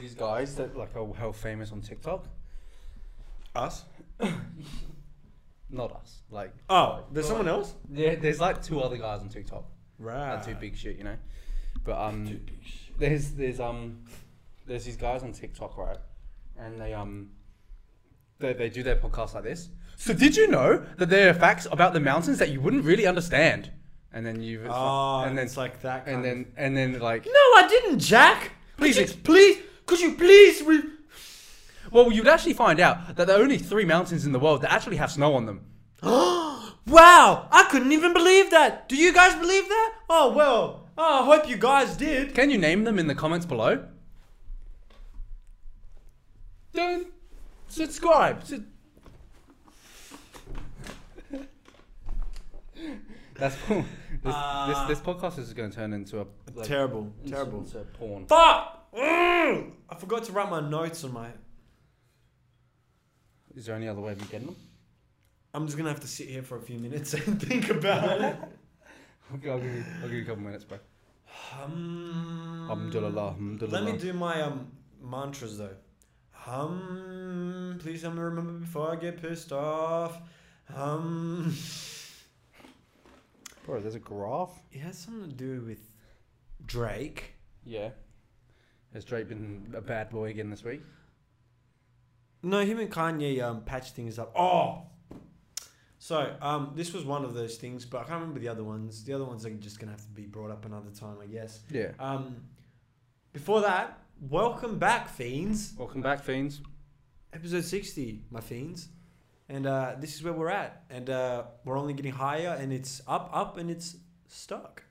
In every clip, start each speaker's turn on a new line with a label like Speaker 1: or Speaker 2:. Speaker 1: these guys that like are well famous on TikTok.
Speaker 2: Us?
Speaker 1: Not us. Like
Speaker 2: Oh, there's someone else?
Speaker 1: yeah, there's like two other guys on TikTok.
Speaker 2: Right.
Speaker 1: Not too big shit, you know. But um, there's there's um, there's these guys on TikTok, right? And they um, they, they do their podcast like this. So did you know that there are facts about the mountains that you wouldn't really understand? And then you,
Speaker 2: Oh,
Speaker 1: and then
Speaker 2: it's like that.
Speaker 1: and
Speaker 2: kind
Speaker 1: then and then like
Speaker 2: of- no, I didn't, Jack.
Speaker 1: Please
Speaker 2: Please,
Speaker 1: ex-
Speaker 2: please, could you please? Re-
Speaker 1: Well, you'd actually find out that there are only three mountains in the world that actually have snow on them.
Speaker 2: wow, I couldn't even believe that. Do you guys believe that? Oh well. Oh, I hope you guys did.
Speaker 1: Can you name them in the comments below? Don't subscribe. Su- That's this,
Speaker 2: Uh,
Speaker 1: this this podcast is going to turn into a like,
Speaker 2: terrible,
Speaker 1: into-
Speaker 2: terrible.
Speaker 1: into porn.
Speaker 2: Fuck. Mm, I forgot to write my notes on my.
Speaker 1: Is there any other way of you getting them?
Speaker 2: I'm just gonna have to sit here for a few minutes and think about it.
Speaker 1: Okay, I'll give you, I'll give you a couple minutes, bro.
Speaker 2: Hum.
Speaker 1: Alhamdulillah, alhamdulillah.
Speaker 2: Let me do my um mantras though. Hum. Please help me remember before I get pissed off. Hum.
Speaker 1: Bro, there's a graph.
Speaker 2: It has something to do with Drake.
Speaker 1: Yeah. Has Drake been a bad boy again this week?
Speaker 2: No, him and Kanye um patch things up. Oh. So um, this was one of those things, but I can't remember the other ones. The other ones are just gonna have to be brought up another time, I guess.
Speaker 1: Yeah.
Speaker 2: Um, before that, welcome back, fiends.
Speaker 1: Welcome back, fiends.
Speaker 2: episode 60 my fiends and uh, this is where we're at and uh, we're only getting higher and it's up up and it's stuck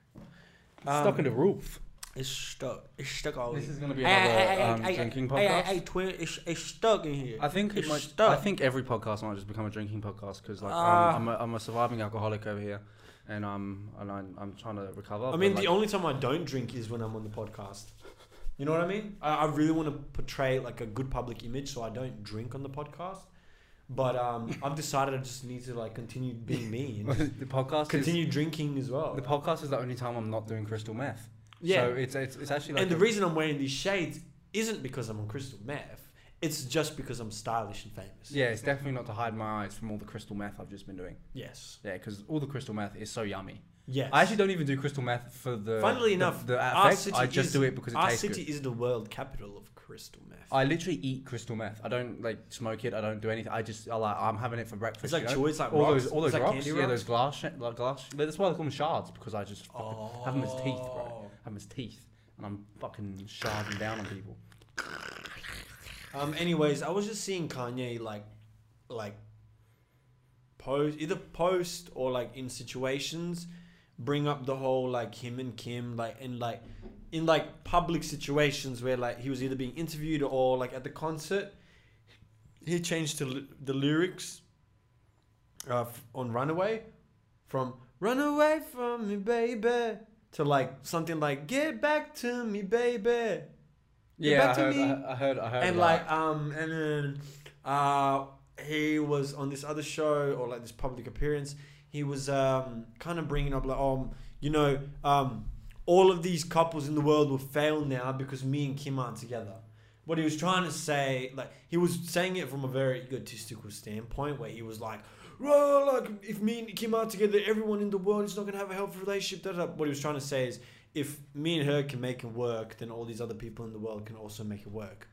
Speaker 2: Um,
Speaker 1: Stuck in the roof.
Speaker 2: it's stuck it's stuck all
Speaker 1: This
Speaker 2: in.
Speaker 1: is going to be
Speaker 2: Hey,
Speaker 1: another
Speaker 2: hey, hey,
Speaker 1: um,
Speaker 2: hey, hey,
Speaker 1: drinking
Speaker 2: hey, hey,
Speaker 1: podcast.
Speaker 2: hey, Twitter, it's, it's stuck in here
Speaker 1: I think it
Speaker 2: It's
Speaker 1: might.
Speaker 2: stuck.
Speaker 1: I think every podcast might just become a drinking podcast because like
Speaker 2: Ah.
Speaker 1: I'm, I'm, a, I'm a surviving alcoholic over here, and um and I'm, I'm trying to recover.
Speaker 2: i
Speaker 1: but,
Speaker 2: mean
Speaker 1: like,
Speaker 2: the only time i don't drink is when i'm on the podcast you know what i mean i, I really want to portray like a good public image so i don't drink on the podcast but um, I've decided I just need to like continue being me and
Speaker 1: the podcast is
Speaker 2: continue drinking as well.
Speaker 1: the podcast is the only time I'm not doing crystal meth.
Speaker 2: Yeah.
Speaker 1: So it's it's, it's actually like
Speaker 2: and the
Speaker 1: a-
Speaker 2: reason I'm wearing these shades isn't because I'm on crystal meth. It's just because I'm stylish and famous.
Speaker 1: yeah, it's definitely not to hide my eyes from all the crystal meth I've just been doing.
Speaker 2: Yes.
Speaker 1: Yeah, because all the crystal meth is so yummy.
Speaker 2: Yes.
Speaker 1: I actually don't even do crystal meth for the.
Speaker 2: Funnily
Speaker 1: the-
Speaker 2: enough,
Speaker 1: the
Speaker 2: our
Speaker 1: effects.
Speaker 2: city
Speaker 1: I just
Speaker 2: is-
Speaker 1: do it because it
Speaker 2: Our
Speaker 1: tastes good.
Speaker 2: city is the world capital of crystal meth.
Speaker 1: I literally eat crystal meth. I don't like smoke it. I don't do anything. I just I like I'm having it for breakfast.
Speaker 2: it's like
Speaker 1: you know?
Speaker 2: joy. It's like
Speaker 1: all
Speaker 2: rocks.
Speaker 1: those all those
Speaker 2: it's
Speaker 1: rocks.
Speaker 2: Like candy
Speaker 1: yeah, those
Speaker 2: rocks.
Speaker 1: glass sh- like glass. That's why they call them shards because I just fucking have them as teeth,
Speaker 2: Oh.
Speaker 1: bro. Have them as teeth, and I'm fucking sharding down on people.
Speaker 2: Um. Anyways, I was just seeing Kanye like, like, post either post or like in situations, bring up the whole like him and Kim like and like, in like public situations where like he was either being interviewed or like at the concert, he changed to l- the lyrics. Uh, f- on Runaway, from Run away from me, baby, to like something like Get back to me, baby.
Speaker 1: Yeah,
Speaker 2: back
Speaker 1: I
Speaker 2: to
Speaker 1: heard,
Speaker 2: me.
Speaker 1: I, I heard. I heard.
Speaker 2: and
Speaker 1: about
Speaker 2: like um and then uh he was on this other show or like this public appearance he was um kind of bringing up like um you know um all of these couples in the world will fail now because me and kim aren't together what he was trying to say like he was saying it from a very egotistical standpoint where he was like well, like if me and Kim are together, everyone in the world is not gonna have a healthy relationship. Da, da. da. What he was trying to say is, if me and her can make it work, then all these other people in the world can also make it work.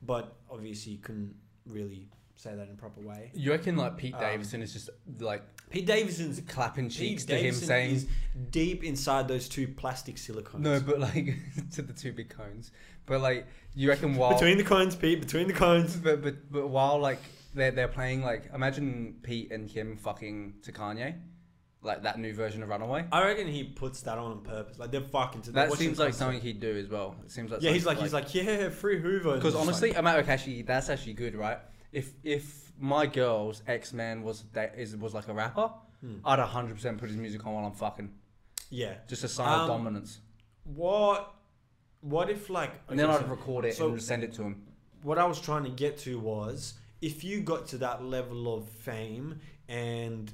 Speaker 2: But obviously, you couldn't really say that in a proper way.
Speaker 1: you reckon like Pete
Speaker 2: um,
Speaker 1: Davidson is just like
Speaker 2: Pete Davidson's
Speaker 1: clapping cheeks
Speaker 2: Pete
Speaker 1: to him
Speaker 2: Davidson
Speaker 1: saying.
Speaker 2: is deep inside those two plastic silicones.
Speaker 1: no, but like to the two big cones. But like, you reckon while
Speaker 2: between the cones, Pete. Between the cones.
Speaker 1: But but but while like they're they're playing like imagine Pete and Kim fucking to Kanye, like that new version of Runaway.
Speaker 2: I reckon he puts that on on purpose. Like they're fucking. To
Speaker 1: That
Speaker 2: they're watching
Speaker 1: seems like
Speaker 2: concert.
Speaker 1: something he'd do as well. It seems like
Speaker 2: Yeah, he's like,
Speaker 1: something
Speaker 2: he's like yeah, free Hoover. And
Speaker 1: because
Speaker 2: it's
Speaker 1: honestly,
Speaker 2: like,
Speaker 1: I'm like, okay, actually that's actually good, right? If if my girl's ex man was that is was like a rapper,
Speaker 2: Hmm.
Speaker 1: I'd 100 percent put his music on while I'm fucking
Speaker 2: yeah.
Speaker 1: just a sign of
Speaker 2: Um,
Speaker 1: dominance,
Speaker 2: What? What if like?
Speaker 1: and then
Speaker 2: okay,
Speaker 1: I'd
Speaker 2: so
Speaker 1: record it
Speaker 2: so-
Speaker 1: and send it to him.
Speaker 2: what I was trying to get to was if you got to that level of fame and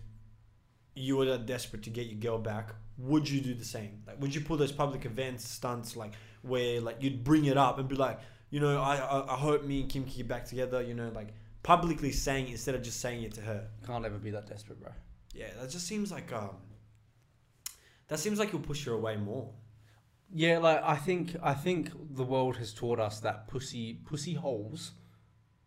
Speaker 2: you were that desperate to get your girl back, would you do the same? Like, would you pull those public events stunts like where like you'd bring it up and be like, you know, I, I I hope me and Kim can get back together. You know, like publicly saying it instead of just saying it to her.
Speaker 1: Can't ever be that desperate, bro.
Speaker 2: Yeah, that just seems like um. That seems like you'll push her away more.
Speaker 1: Yeah, like I think I think the world has taught us that pussy pussy holes,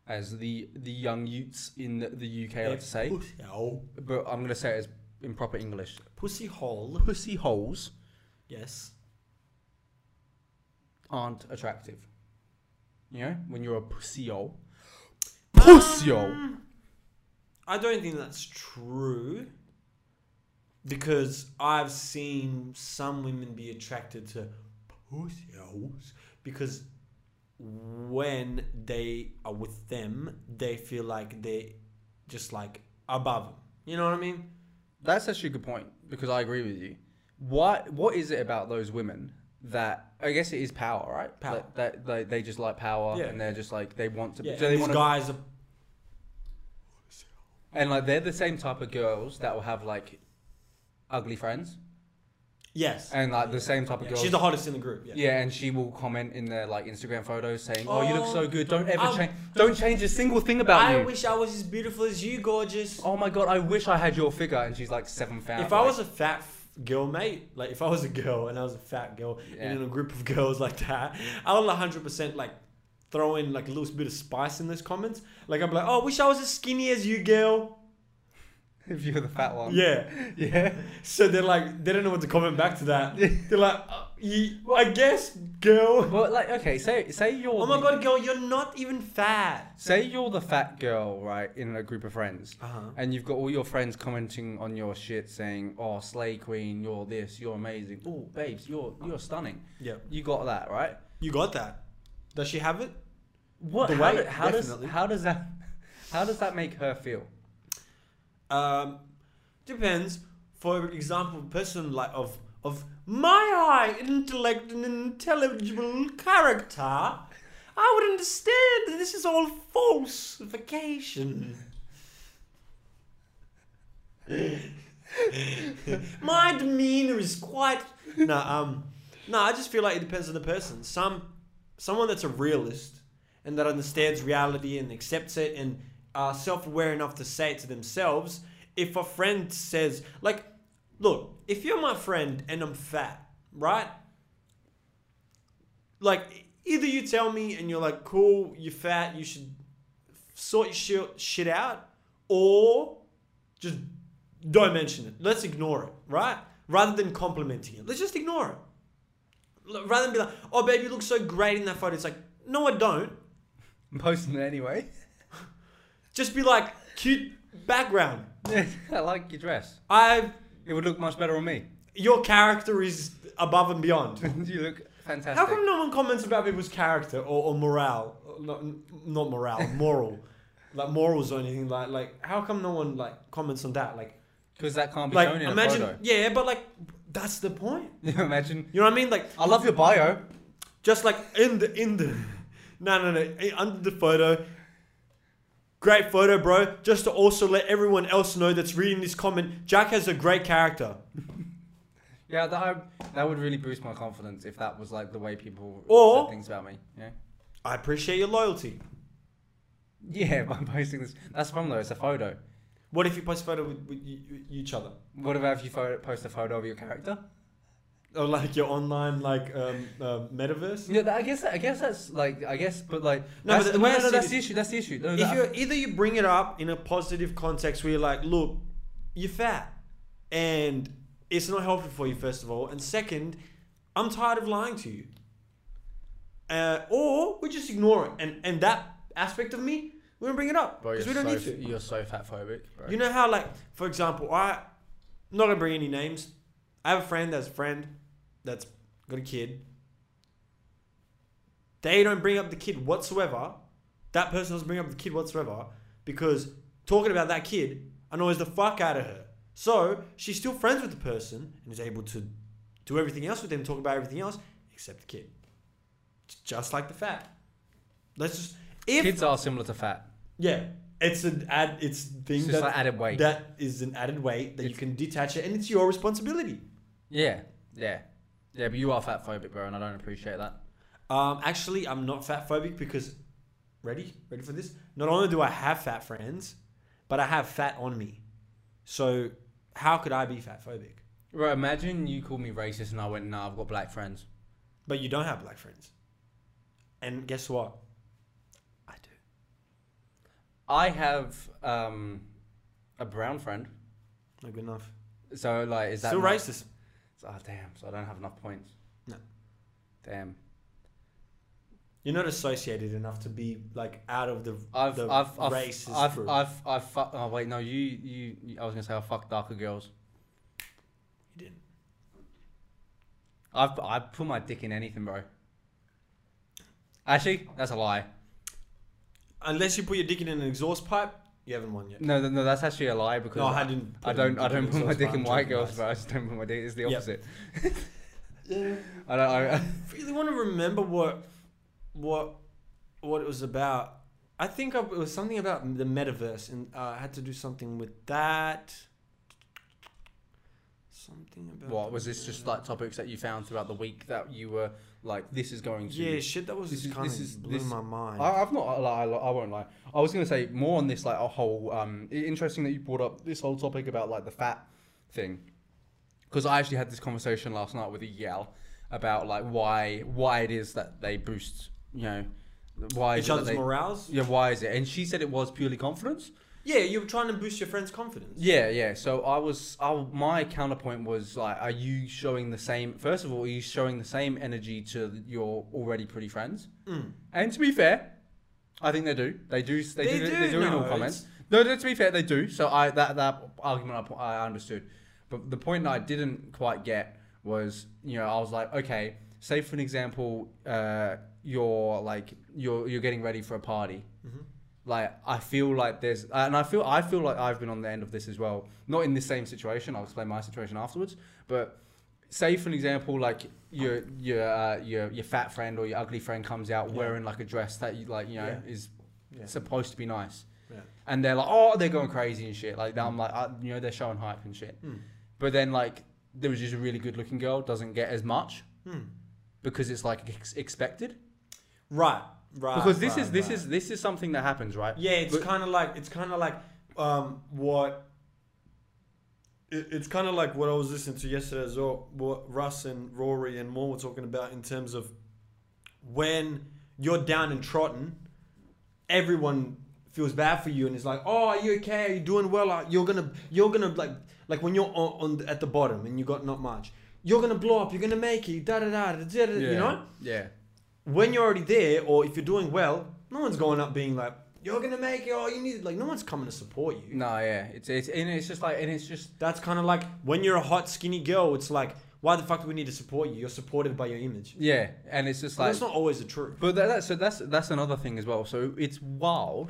Speaker 1: as the the young youths in the, the UK like to say,
Speaker 2: Pussy hole.
Speaker 1: but I'm gonna say it as in proper English.
Speaker 2: Pussy hole.
Speaker 1: Pussy holes
Speaker 2: Yes.
Speaker 1: aren't attractive. You know, when you're a pussy hole.
Speaker 2: Pussy
Speaker 1: Pussy hole.
Speaker 2: I don't think that's true. Because I've seen some women be attracted to pussy holes because when they are with them, they feel like they're just like above 'em. You know what I mean?
Speaker 1: That's actually a good point because I agree with you. What what is it about those women that I guess it is power, right?
Speaker 2: Power.
Speaker 1: That, that they, they just like power
Speaker 2: Yeah.
Speaker 1: and they're just like they want to.
Speaker 2: Yeah,
Speaker 1: so they
Speaker 2: these
Speaker 1: want to
Speaker 2: guys are.
Speaker 1: and like they're the same type of girls that will have like ugly friends
Speaker 2: Yes.
Speaker 1: and like the same type of
Speaker 2: Yeah,
Speaker 1: girls.
Speaker 2: She's the hottest in the group. Yeah.
Speaker 1: yeah, and she will comment in their like Instagram photos saying, "Oh, you look
Speaker 2: Oh,
Speaker 1: so good. Don't ever
Speaker 2: I-
Speaker 1: change. Don't change a single thing about
Speaker 2: I
Speaker 1: you."
Speaker 2: wish I was as beautiful as you, gorgeous.
Speaker 1: oh my god, I wish I had your figure. And she's like seven thousand.
Speaker 2: If I was a fat f- girl, mate, like if I was a girl and I was a fat girl
Speaker 1: Yeah.
Speaker 2: and in a group of girls like that, I would 100% like throw in like a little bit of spice in those comments. Like I'm like, oh, wish I was as skinny as you, girl.
Speaker 1: if you were the fat one.
Speaker 2: Yeah.
Speaker 1: Yeah.
Speaker 2: So they're like, they don't know what to comment back to that. They're like, uh, ye- I guess, girl.
Speaker 1: But like, okay, say say you're.
Speaker 2: Oh my
Speaker 1: the-
Speaker 2: god, girl, you're not even fat.
Speaker 1: Say you're the fat girl, right, in a group of friends,
Speaker 2: Uh-huh.
Speaker 1: and you've got all your friends commenting on your shit, saying, "Oh, slay queen, you're this, you're amazing. Oh, babes, you're you're stunning.
Speaker 2: Yeah.
Speaker 1: You got that right.
Speaker 2: You got that. Does she have it?
Speaker 1: What?
Speaker 2: The
Speaker 1: how,
Speaker 2: weight,
Speaker 1: do- how does
Speaker 2: definitely.
Speaker 1: how does that how does that make her feel?
Speaker 2: Um, depends. For example, a person like of of my high intellect and intelligible character, I would understand that this is all falsification. my demeanor is quite no um no I just feel like it depends on the person. Some someone that's a realist and that understands reality and accepts it and are self-aware enough to say it to themselves if a friend says like look if you're my friend and i'm fat right like either you tell me and you're like cool you're fat you should sort your shit, shit out or just don't mention it let's ignore it right rather than complimenting it let's just ignore it L- rather than be like oh babe you look so great in that photo it's like no i don't
Speaker 1: I'm posting it anyway.
Speaker 2: just be like cute background.
Speaker 1: I like your dress.
Speaker 2: I
Speaker 1: It would look much better on me.
Speaker 2: your character is above and beyond.
Speaker 1: you look fantastic.
Speaker 2: How come no one comments about people's character or, or morale? Not, not morale, moral, like morals or anything like like. How come no one like comments on that? Like
Speaker 1: Because that can't be
Speaker 2: like
Speaker 1: shown in
Speaker 2: imagine
Speaker 1: a photo.
Speaker 2: yeah, but like that's the point.
Speaker 1: imagine.
Speaker 2: You know what I mean? Like
Speaker 1: I love your bio.
Speaker 2: just like in the in the no no no i- under the photo great photo bro just to also let everyone else know that's reading this comment jack has a great character
Speaker 1: Yeah, that I, that would really boost my confidence if that was like the way people
Speaker 2: Or-
Speaker 1: said things about me. Yeah.
Speaker 2: i appreciate your loyalty
Speaker 1: Yeah, by posting this. That's the problem though. It's a photo.
Speaker 2: what if you post a photo with, with y- y- each other
Speaker 1: What about if you photo, post a photo of your character?
Speaker 2: or Oh, like your online like um, uh, metaverse
Speaker 1: Yeah, that, I guess. I guess that's like. I guess, but like.
Speaker 2: No,
Speaker 1: that's,
Speaker 2: but
Speaker 1: the,
Speaker 2: the-
Speaker 1: no,
Speaker 2: no,
Speaker 1: no,
Speaker 2: see,
Speaker 1: that's
Speaker 2: if-
Speaker 1: the issue. That's the issue. No,
Speaker 2: if
Speaker 1: that-
Speaker 2: you either you bring it up in a positive context where you're like look you're fat and it's not helpful for you first of all and second i'm tired of lying to you uh, or we just ignore it and and that aspect of me we don't bring it up
Speaker 1: Bro,
Speaker 2: because
Speaker 1: you're
Speaker 2: we don't
Speaker 1: so,
Speaker 2: need to
Speaker 1: You're so fat phobic. Bro.
Speaker 2: you know how, like, for example, I I'm not gonna bring any names. I have a friend that's a friend that's got a kid. They don't bring up the kid whatsoever. That person doesn't bring up the kid whatsoever because talking about that kid annoys the fuck out of her. So she's still friends with the person and is able to do everything else with them, talk about everything else except the kid. J- Just like the fat. Let's just if
Speaker 1: kids are similar to fat.
Speaker 2: yeah, it's an ad. It's thing
Speaker 1: It's just
Speaker 2: that
Speaker 1: like added weight.
Speaker 2: that is an added weight that you
Speaker 1: It's-
Speaker 2: can detach it, and it's your responsibility.
Speaker 1: yeah, yeah, yeah. But you are fat phobic, bro, and I don't appreciate that.
Speaker 2: Um, actually, I'm not fat phobic because, ready, ready for this? Not only do I have fat friends, but I have fat on me. So how could I be fat phobic?
Speaker 1: Right, imagine you called me racist and I went, nah, I've got black friends.
Speaker 2: But you don't have black friends. And guess what? I do.
Speaker 1: I have um, a brown friend.
Speaker 2: Not good enough.
Speaker 1: So, like, is that.
Speaker 2: Still
Speaker 1: not-
Speaker 2: racist.
Speaker 1: Oh, damn. So I don't have enough points.
Speaker 2: No.
Speaker 1: Damn.
Speaker 2: You're not associated enough to be like out of the
Speaker 1: I've,
Speaker 2: the
Speaker 1: I've, I've,
Speaker 2: racist
Speaker 1: I've,
Speaker 2: group.
Speaker 1: I've, I've, fuck- oh wait, no, you, you, you, I was gonna say I fuck darker girls.
Speaker 2: you didn't.
Speaker 1: I've, I put my dick in anything, bro. Actually, that's a lie.
Speaker 2: Unless you put your dick in an exhaust pipe, you haven't won yet.
Speaker 1: No, no, no that's actually a lie because
Speaker 2: No, I didn't.
Speaker 1: I
Speaker 2: put
Speaker 1: don't,
Speaker 2: my
Speaker 1: I
Speaker 2: dick an
Speaker 1: don't put my
Speaker 2: exhaust
Speaker 1: dick
Speaker 2: pipe,
Speaker 1: in
Speaker 2: I'm
Speaker 1: white
Speaker 2: joking,
Speaker 1: girls,
Speaker 2: guys.
Speaker 1: bro. I just don't put my dick. It's the
Speaker 2: Yep.
Speaker 1: opposite.
Speaker 2: Yeah.
Speaker 1: I don't. I,
Speaker 2: really want to remember what what what it was about. I think I, it was something about the metaverse, and uh, I had to do something with that. Something about
Speaker 1: what
Speaker 2: the
Speaker 1: was this? Just
Speaker 2: metaverse.
Speaker 1: like topics that you found throughout the week that you were like, this is going to.
Speaker 2: yeah, shit. That was
Speaker 1: this
Speaker 2: just
Speaker 1: is-
Speaker 2: kind
Speaker 1: this is-
Speaker 2: of blew
Speaker 1: this-
Speaker 2: my mind.
Speaker 1: I, I've not. I, I, I won't lie. I was gonna say more on this like a whole. Um, i- interesting that you brought up this whole topic about like the fat thing, because I actually had this conversation last night with a yell about like why why it is that they boost you know why is
Speaker 2: Each
Speaker 1: it that
Speaker 2: other's
Speaker 1: they,
Speaker 2: morales.
Speaker 1: yeah why is it and she said it was purely confidence
Speaker 2: Yeah, you were trying to boost your friend's confidence.
Speaker 1: yeah yeah so I was I, my counterpoint was like are you showing the same first of all are you showing the same energy to your already pretty friends
Speaker 2: Mm.
Speaker 1: And to be fair, I think they do. They do. They,
Speaker 2: They
Speaker 1: do.
Speaker 2: do,
Speaker 1: They do in all
Speaker 2: no,
Speaker 1: comments. No, no, to be fair, they do. So I that that argument I, I understood, but the point that I didn't quite get was you know I was like okay, say for an example, uh, you're like you're you're getting ready for a party. Like I feel like there's, and I feel I feel like I've been on the end of this as well. Not in this same situation. I'll explain my situation afterwards. But say for an example, like your your uh, your your fat friend or your ugly friend comes out
Speaker 2: Yeah.
Speaker 1: wearing like a dress that you like you know
Speaker 2: Yeah.
Speaker 1: is
Speaker 2: Yeah.
Speaker 1: supposed to be nice,
Speaker 2: Yeah.
Speaker 1: and they're like, oh, they're going crazy and shit. Like I'm like, uh, you know, they're showing hype and shit.
Speaker 2: Mm.
Speaker 1: But then like there was just a really good looking girl doesn't get as much
Speaker 2: Hmm.
Speaker 1: because it's like ex- expected.
Speaker 2: Right. Right.
Speaker 1: Because this
Speaker 2: right,
Speaker 1: is this
Speaker 2: right.
Speaker 1: is this is something that happens, right?
Speaker 2: Yeah, it's
Speaker 1: But-
Speaker 2: kind of like it's kind of like um what it, it's kind of like what I was listening to yesterday as well. What Russ and Rory and more were talking about in terms of when you're down and trotting, everyone feels bad for you and is like, "Oh, are you okay? Are you doing well? Are- You're gonna you're gonna like like when you're on, on the- at the bottom and you got not much, you're gonna blow up. You're gonna make it. Da da da da da. da
Speaker 1: yeah.
Speaker 2: You know."
Speaker 1: Yeah.
Speaker 2: when you're already there or if you're doing well, no one's going up being like, you're gonna make it, or you need like no one's coming to support you.
Speaker 1: No, yeah. It's it's and it's just like and it's just
Speaker 2: That's kind of like when you're a hot skinny girl, it's like, why the fuck do we need to support you? You're supported by your image.
Speaker 1: yeah, and it's just
Speaker 2: But
Speaker 1: like
Speaker 2: that's not always the truth.
Speaker 1: But that, that, so that's that's another thing as well. So it's wild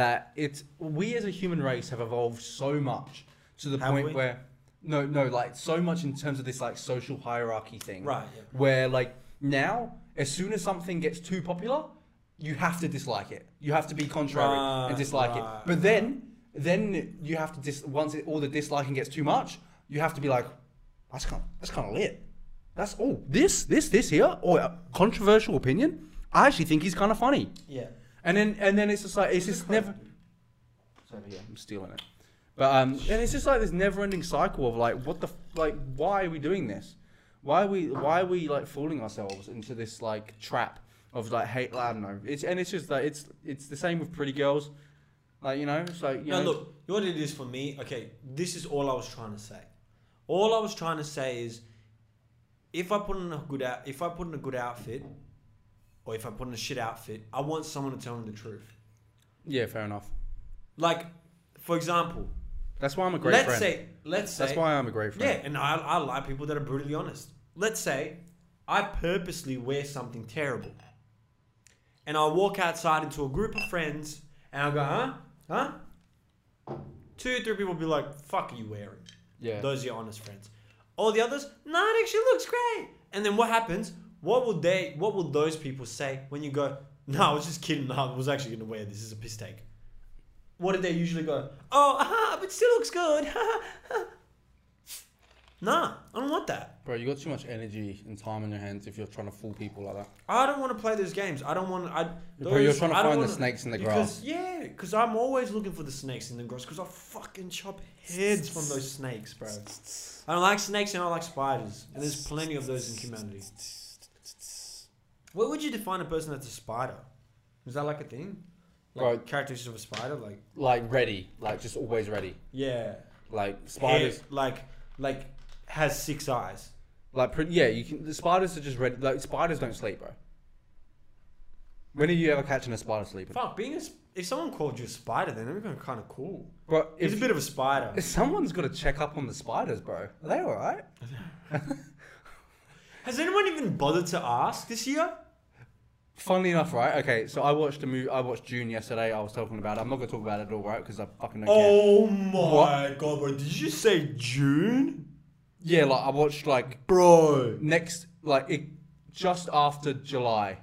Speaker 1: that it's we as a human race have evolved so much to the
Speaker 2: Have
Speaker 1: point
Speaker 2: we?
Speaker 1: where no no like so much in terms of this like social hierarchy thing.
Speaker 2: Right. Yeah.
Speaker 1: Where like now as soon as something gets too popular, you have to dislike it. You have to be contrary and
Speaker 2: Right,
Speaker 1: dislike
Speaker 2: right,
Speaker 1: it. But then then you have to dis once it, all the disliking gets too much, you have to be like that's kind of, that's kind of lit. That's oh this this this here or a controversial opinion. I actually think he's kind of funny.
Speaker 2: Yeah.
Speaker 1: And then and then it's just like it's
Speaker 2: He's
Speaker 1: just
Speaker 2: a
Speaker 1: never. Sorry, yeah, I'm stealing it. But um, and it's just like this never-ending cycle of like, what the f- like, why are we doing this? Why are we why are we like fooling ourselves into this like trap of like hate? I don't know. It's and it's just like it's it's the same with pretty girls, like you know. It's like you
Speaker 2: Now
Speaker 1: know,
Speaker 2: look, you know what it is for me? Okay, this is all I was trying to say. All I was trying to say is, if I put on a good out, if I put on a good outfit, or if I put on a shit outfit, I want someone to tell me the truth.
Speaker 1: yeah, fair enough.
Speaker 2: Like, for example,
Speaker 1: That's why I'm a great
Speaker 2: let's
Speaker 1: friend.
Speaker 2: say, let's say,
Speaker 1: That's why I'm a great friend.
Speaker 2: yeah, and I, I like people that are brutally honest. Let's say I purposely wear something terrible, and I walk outside into a group of friends, and I go, huh, huh. Two, three people be like, "Fuck, are you wearing?"
Speaker 1: Yeah.
Speaker 2: Those are your honest friends. All the others, no, it actually looks great. And then what happens? What will they? What will those people say when you go? No, I was just kidding. No, I was actually going to wear this. This is a piss take. What did they usually go? Oh, aha, but it still looks good. Nah, I don't want that.
Speaker 1: Bro, you got too much energy and time on your hands if you're trying to fool people like that.
Speaker 2: I don't want to play those games. I don't want. I.
Speaker 1: Bro, you're
Speaker 2: those-
Speaker 1: trying to
Speaker 2: I don't
Speaker 1: find the
Speaker 2: wanna-
Speaker 1: snakes in the grass.
Speaker 2: because, Yeah, because I'm always looking for the snakes in the grass. Because I fucking chop heads from those snakes, bro. I don't like snakes and I like spiders, and there's plenty of those in humanity. What would you define a person that's a spider? Is that like a thing? Like
Speaker 1: Bro.
Speaker 2: characteristics of a spider, like
Speaker 1: Like ready, like just always ready.
Speaker 2: yeah,
Speaker 1: Like spiders,
Speaker 2: Hair- like like has six eyes.
Speaker 1: like pretty, yeah. You can. The spiders are just ready. Like spiders don't sleep, bro. When are you ever catching a spider sleeping?
Speaker 2: Fuck, being a sp- if someone called you a spider, then that'd be kind of cool.
Speaker 1: Bro,
Speaker 2: He's a
Speaker 1: if,
Speaker 2: bit of a spider.
Speaker 1: someone's got to check up on the spiders, bro. Are they all right?
Speaker 2: Has anyone even bothered to ask this year?
Speaker 1: Funnily enough, right? Okay, so I watched a movie. I watched June yesterday. I was talking about. it. I'm not gonna talk about it at all, right? Because I fucking don't care.
Speaker 2: Oh my god, bro! Did you say June,
Speaker 1: Yeah, like I watched like
Speaker 2: bro?
Speaker 1: next, like it just after July.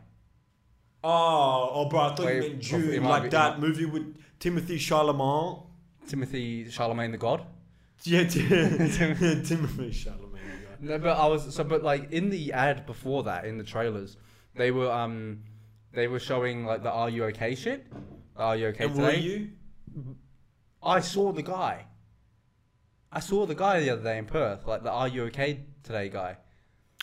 Speaker 2: Oh, oh, bro! I thought
Speaker 1: Wait,
Speaker 2: you meant
Speaker 1: it
Speaker 2: June,
Speaker 1: might
Speaker 2: like
Speaker 1: be- it
Speaker 2: that movie with Timothy Chalamet.
Speaker 1: Timothy Charlemagne the God.
Speaker 2: Yeah, Tim- Timothy Chalamet. yeah.
Speaker 1: No, but I was so, but like in the ad before that, in the trailers, they were um, they were showing like the "Are you okay?" shit. Are you okay
Speaker 2: And were
Speaker 1: today?
Speaker 2: you?
Speaker 1: I saw the guy. I saw the guy the other day in Perth, like the "Are you okay today?" guy.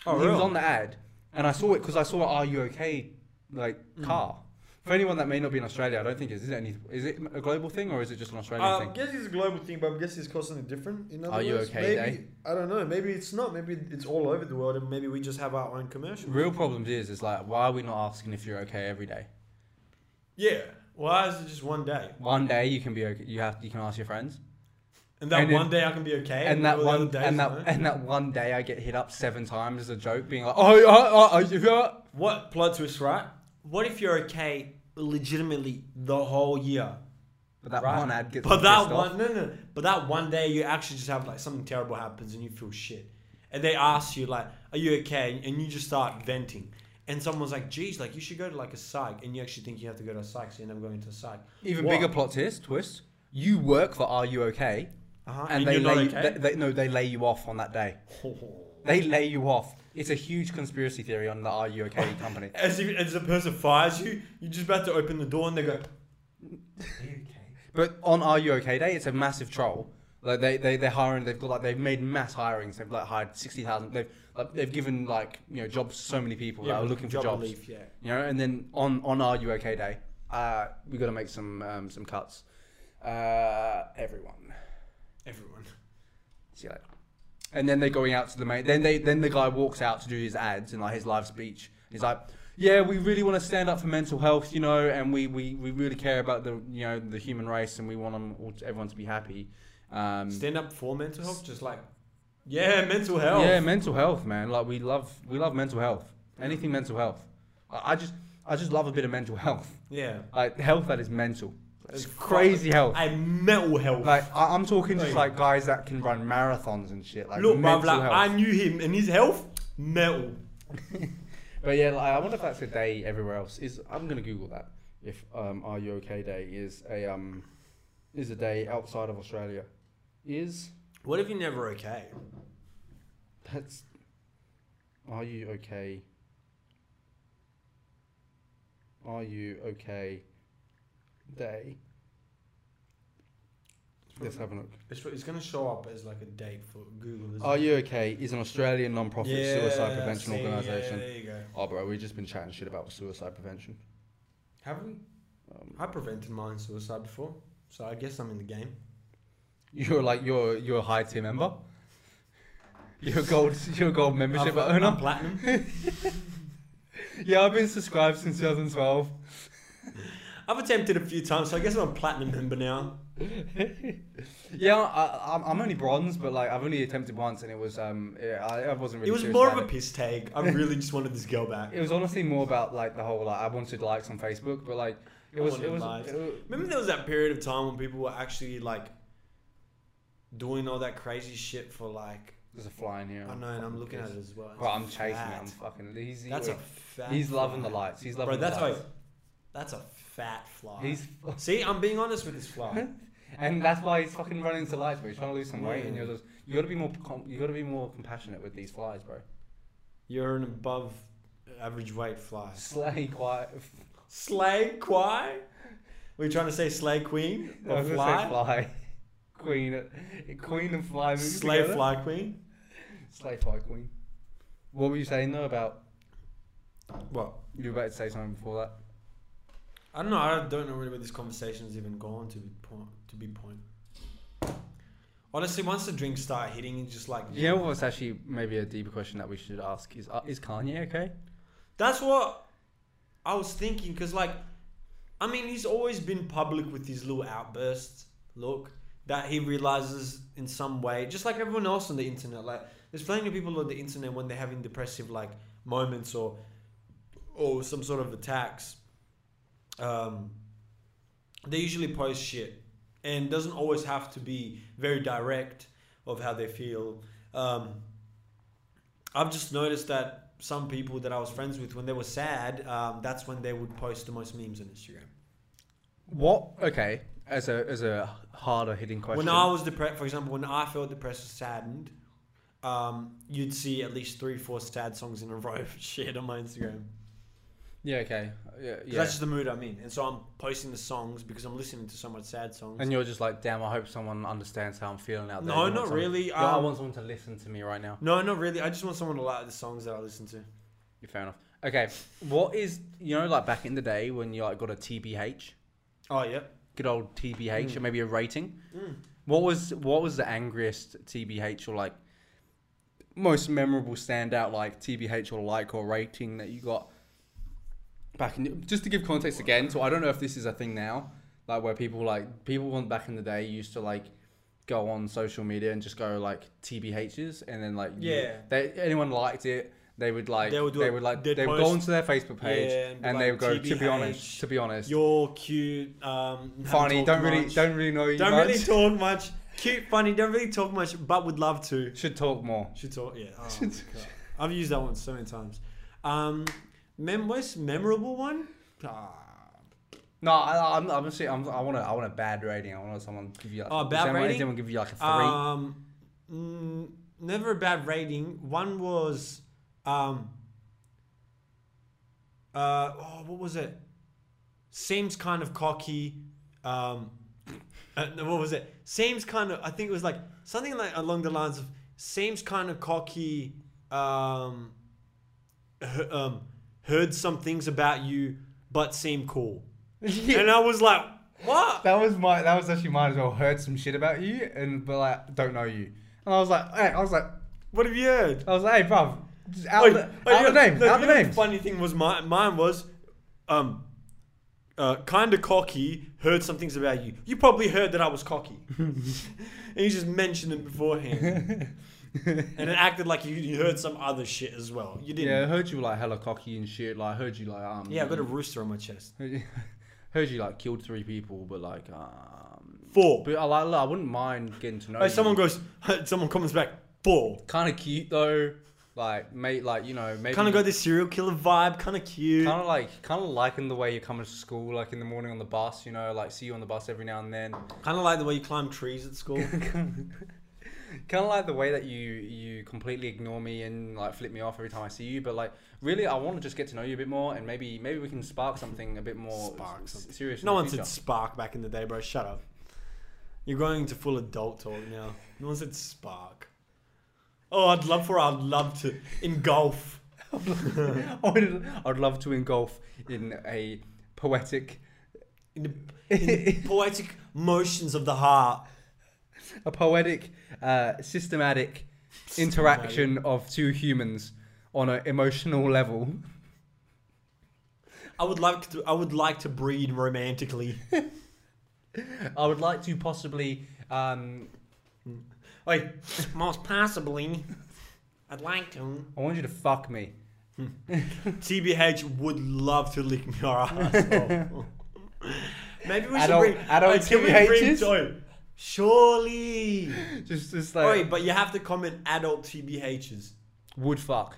Speaker 2: Oh,
Speaker 1: he was
Speaker 2: really?
Speaker 1: on the ad, and I saw it because I saw an "Are you okay?" like
Speaker 2: Hmm.
Speaker 1: car. For anyone that may not be in Australia, I don't think is it any is it a global thing or is it just an Australian
Speaker 2: I
Speaker 1: thing?
Speaker 2: Um, guess it's a global thing, but I'm guessing it's called something different. In other
Speaker 1: Are you
Speaker 2: words,
Speaker 1: okay, eh?
Speaker 2: maybe, I don't know. Maybe it's not. Maybe it's all over the world, and maybe we just have our own commercial.
Speaker 1: Real problems is is like why are we not asking if you're okay every day?
Speaker 2: Yeah. Why is it just one day?
Speaker 1: One day you can be okay. You have you can ask your friends.
Speaker 2: And that
Speaker 1: And it-
Speaker 2: one day I can be okay.
Speaker 1: and that
Speaker 2: all the other
Speaker 1: one
Speaker 2: days,
Speaker 1: and that
Speaker 2: no?
Speaker 1: and that one day I get hit up seven times as a joke, being like, oh, oh, oh, oh, oh.
Speaker 2: What plot twist, right? What if you're okay legitimately the whole year?
Speaker 1: but that
Speaker 2: Right.
Speaker 1: one ad gets.
Speaker 2: But
Speaker 1: me
Speaker 2: that
Speaker 1: pissed off.
Speaker 2: one, no, no. But that one day you actually just have like something terrible happens and you feel shit, and they ask you like, "Are you okay?" and you just start venting, and someone's like, "Geez, like you should go to like a psych," and you actually think you have to go to a psych, so you end up going to a psych.
Speaker 1: even
Speaker 2: What?
Speaker 1: bigger plot twist. Twist. You work for Are You Okay?
Speaker 2: Uh-huh.
Speaker 1: And, they lay they, they, no, they lay you off on that day. They lay you off. It's a huge conspiracy theory on the Are You Okay company.
Speaker 2: as if as the person fires you, you're just about to open the door and they go, "Are you okay?"
Speaker 1: But on Are You Okay Day, it's a massive troll. Like they they they're hiring. They've got like they've made mass hirings. They've like hired sixty thousand. They've like, they've given like you know jobs to so many people that are looking for
Speaker 2: job
Speaker 1: jobs.
Speaker 2: relief, yeah.
Speaker 1: You know, and then on on our UK day, uh, we got to make some um, some cuts. Uh, everyone,
Speaker 2: Everyone.
Speaker 1: see you later. And then they're going out to the main. Then they then the guy walks out to do his ads and like his live speech. He's like, "Yeah, we really want to stand up for mental health, you know, and we, we, we really care about the you know the human race, and we want 'em all, everyone to be happy." Um,
Speaker 2: Stand up for mental health, just like, yeah, mental health.
Speaker 1: Yeah, mental health, man. Like we love we love mental health. Anything mental health. I, I just I just love a bit of mental health.
Speaker 2: yeah.
Speaker 1: Like health that is mental. It's
Speaker 2: It's
Speaker 1: crazy health.
Speaker 2: I mental health.
Speaker 1: Like I, I'm talking
Speaker 2: Hey.
Speaker 1: just like guys that can run marathons and shit. Like
Speaker 2: Look, bruv,
Speaker 1: mental
Speaker 2: like
Speaker 1: health.
Speaker 2: I knew him and his health, metal.
Speaker 1: But yeah, like, I wonder if that's a day everywhere else. Is I'm gonna Google that. If um, Are You Okay Day is a um, is a day outside of Australia. Is
Speaker 2: What if you're never okay?
Speaker 1: that's Are You Okay? Are You Okay? Day. Let's have a look.
Speaker 2: It's, it's gonna show up as like a date for Google. isn't
Speaker 1: Are
Speaker 2: it?
Speaker 1: You Okay is an Australian non-profit Oh, suicide
Speaker 2: Yeah,
Speaker 1: prevention
Speaker 2: see, yeah,
Speaker 1: organisation.
Speaker 2: there you go.
Speaker 1: Oh, bro, we've just been chatting shit about suicide prevention.
Speaker 2: Have we?
Speaker 1: Um,
Speaker 2: I prevented mine suicide before, so I guess I'm in the game.
Speaker 1: You're like you're you're a high tier member. You're a gold you're a gold membership
Speaker 2: I'm, I'm
Speaker 1: owner.
Speaker 2: platinum.
Speaker 1: Yeah, I've been subscribed since 2012.
Speaker 2: I've attempted a few times, so I guess I'm a platinum member now.
Speaker 1: Yeah, I, I'm- I'm only bronze, but like I've only attempted once, and it was um yeah, I, I wasn't really.
Speaker 2: it was
Speaker 1: serious
Speaker 2: more of
Speaker 1: about
Speaker 2: a piss take. I really just wanted this girl back.
Speaker 1: It. it was honestly more about like the whole like I wanted likes on Facebook, but like it
Speaker 2: I
Speaker 1: was
Speaker 2: wanted
Speaker 1: it was.
Speaker 2: likes.
Speaker 1: it was-
Speaker 2: Remember there was that period of time when people were actually like doing all that crazy shit for like
Speaker 1: there's a fly in here.
Speaker 2: I know, and I'm looking at it as well.
Speaker 1: Bro, I'm
Speaker 2: It's
Speaker 1: chasing
Speaker 2: fat.
Speaker 1: it. I'm fucking. He's,
Speaker 2: That's a
Speaker 1: he's-
Speaker 2: fat.
Speaker 1: he's loving the
Speaker 2: fly.
Speaker 1: lights. He's loving
Speaker 2: Bro,
Speaker 1: the
Speaker 2: that's
Speaker 1: lights.
Speaker 2: a that's a fat fly.
Speaker 1: He's
Speaker 2: See, I'm being honest with this fly.
Speaker 1: and that's why he's fucking running to lights, bro. He's trying to lose some weight, and
Speaker 2: Yeah.
Speaker 1: you're just you gotta be more com- you gotta be more compassionate with these flies, bro.
Speaker 2: You're an above average weight fly.
Speaker 1: Slay quiet.
Speaker 2: Slay Kwai? Were you trying to say Slay Queen?
Speaker 1: I
Speaker 2: Or
Speaker 1: was gonna say
Speaker 2: fly?
Speaker 1: fly. Queen, queen and fly. moving
Speaker 2: Slay
Speaker 1: together.
Speaker 2: Fly Queen?
Speaker 1: Slay fly queen. What were you saying though about
Speaker 2: What?
Speaker 1: you were about to say something before that?
Speaker 2: I don't know. I don't know where this conversation's even gone to be point. To be point. Honestly, once the drinks start hitting, it's just like
Speaker 1: You know what's actually maybe a deeper question that we should ask is uh, is Kanye okay?
Speaker 2: That's what I was thinking because, like, I mean, he's always been public with his little outbursts. Look, that he realizes in some way, just like everyone else on the internet. Like, there's plenty of people on the internet when they're having depressive like moments or or some sort of attacks. Um, they usually post shit, and doesn't always have to be very direct of how they feel. Um, I've just noticed that some people that I was friends with, when they were sad, um, that's when they would post the most memes on Instagram.
Speaker 1: What okay as a as a harder hitting question.
Speaker 2: When I was depressed, for example, when I felt depressed or saddened, um, you'd see at least three, four sad songs in a row shared on my Instagram.
Speaker 1: yeah okay yeah,
Speaker 2: 'Cause
Speaker 1: yeah.
Speaker 2: That's just the mood I'm in, and so I'm posting the songs because I'm listening to so much sad songs.
Speaker 1: and you're just like damn I hope someone understands how I'm feeling out there.
Speaker 2: no,
Speaker 1: You want
Speaker 2: not
Speaker 1: someone-
Speaker 2: really.
Speaker 1: Yeah, I
Speaker 2: um,
Speaker 1: want someone to listen to me right now.
Speaker 2: no, not really. I just want someone to like the songs that I listen to.
Speaker 1: Yeah, fair enough. Okay, what is you know like back in the day when you like got a TBH,
Speaker 2: Oh yeah.
Speaker 1: good old TBH,
Speaker 2: Mm.
Speaker 1: or maybe a rating. What was what was the angriest TBH or like most memorable standout like TBH or like or rating that you got back in? Just to give context again, so I don't know if this is a thing now, like where people like people want back in the day used to like go on social media and just go like TBHs and then like you-
Speaker 2: Yeah.
Speaker 1: they, anyone liked it. They would like they
Speaker 2: They
Speaker 1: would,
Speaker 2: would do a-
Speaker 1: like
Speaker 2: they'd
Speaker 1: they would go
Speaker 2: post-
Speaker 1: onto their Facebook page
Speaker 2: Yeah, and
Speaker 1: and,
Speaker 2: be
Speaker 1: they
Speaker 2: like,
Speaker 1: would go to be honest
Speaker 2: "TBH,
Speaker 1: to be honest
Speaker 2: You're cute. Um, haven't
Speaker 1: funny
Speaker 2: talked
Speaker 1: don't really
Speaker 2: much.
Speaker 1: don't really know you
Speaker 2: Don't
Speaker 1: much.
Speaker 2: really talk much. Cute, funny. Don't really talk much, but would love to.
Speaker 1: Should talk more.
Speaker 2: Should talk. Yeah. Oh, my God. I've used that one so many times. Um, mem- most memorable one. Ah.
Speaker 1: No, I, I'm, I'm, just, I'm I want to I want a bad rating. I want someone to give you like,
Speaker 2: Oh, bad
Speaker 1: someone,
Speaker 2: rating?
Speaker 1: Someone give you like a three.
Speaker 2: Um, mm, never a bad rating. One was, um, uh, oh, what was it? Seems kind of cocky. Um, uh, no, what was it? Seems kind of. I think it was like something like along the lines of seems kind of cocky. Um, he- um, heard some things about you, but seem cool.
Speaker 1: Yeah,
Speaker 2: And I was like, what?
Speaker 1: that was my that was actually mine as well. Heard some shit about you and but like don't know you. And I was like, hey, I was like,
Speaker 2: What have you heard?
Speaker 1: I was like, hey, bruv, just out,
Speaker 2: Wait,
Speaker 1: the,
Speaker 2: wait,
Speaker 1: out
Speaker 2: you
Speaker 1: the
Speaker 2: know-
Speaker 1: names,
Speaker 2: no,
Speaker 1: out
Speaker 2: you
Speaker 1: the
Speaker 2: know
Speaker 1: names.
Speaker 2: Funny thing was, my, mine was, um, uh, kind of cocky. Heard some things about you. You probably heard that I was cocky, and you just mentioned it beforehand, and it acted like you, you heard some other shit as well. You didn't.
Speaker 1: yeah, I
Speaker 2: Yeah,
Speaker 1: heard you were like hella cocky and shit. Like, I heard you like um.
Speaker 2: I got a rooster on my chest.
Speaker 1: heard you like killed three people, but like um.
Speaker 2: Four.
Speaker 1: But I like I wouldn't mind getting to know.
Speaker 2: Hey,
Speaker 1: you.
Speaker 2: someone goes. Someone comments back. Four.
Speaker 1: kind of cute though. Like, mate, like you know, maybe
Speaker 2: Kind of got this serial killer vibe. Kind of cute.
Speaker 1: kind of like kind of liking the way you're coming to school like in the morning on the bus you know like see you on the bus every now and then
Speaker 2: Kind of like the way you climb trees at school.
Speaker 1: kind of like the way that you you completely ignore me and like flip me off every time i see you but like really i want to just get to know you a bit more and maybe maybe we can spark something a bit more
Speaker 2: Spark
Speaker 1: s-
Speaker 2: something.
Speaker 1: serious in
Speaker 2: No
Speaker 1: the
Speaker 2: one
Speaker 1: future.
Speaker 2: said spark back in the day, bro. Shut up. You're going into full adult talk now. No one said spark. Oh, I'd love for I'd love to engulf.
Speaker 1: I would, I'd love to engulf in a poetic
Speaker 2: In the, in the poetic motions of the heart.
Speaker 1: a poetic uh, systematic interaction of two humans on an emotional level
Speaker 2: I would like to I would like to breed romantically.
Speaker 1: i would like to possibly um,
Speaker 2: Like most possibly. I'd like to.
Speaker 1: i want you to fuck me
Speaker 2: TBH would love to lick me or asshole. Maybe we
Speaker 1: Adult-
Speaker 2: should bring
Speaker 1: adult
Speaker 2: wait, can we bring
Speaker 1: TBHs?
Speaker 2: Joe? Surely.
Speaker 1: Just, just
Speaker 2: Oh,
Speaker 1: like
Speaker 2: Wait, but you have to comment adult TBHs.
Speaker 1: would fuck.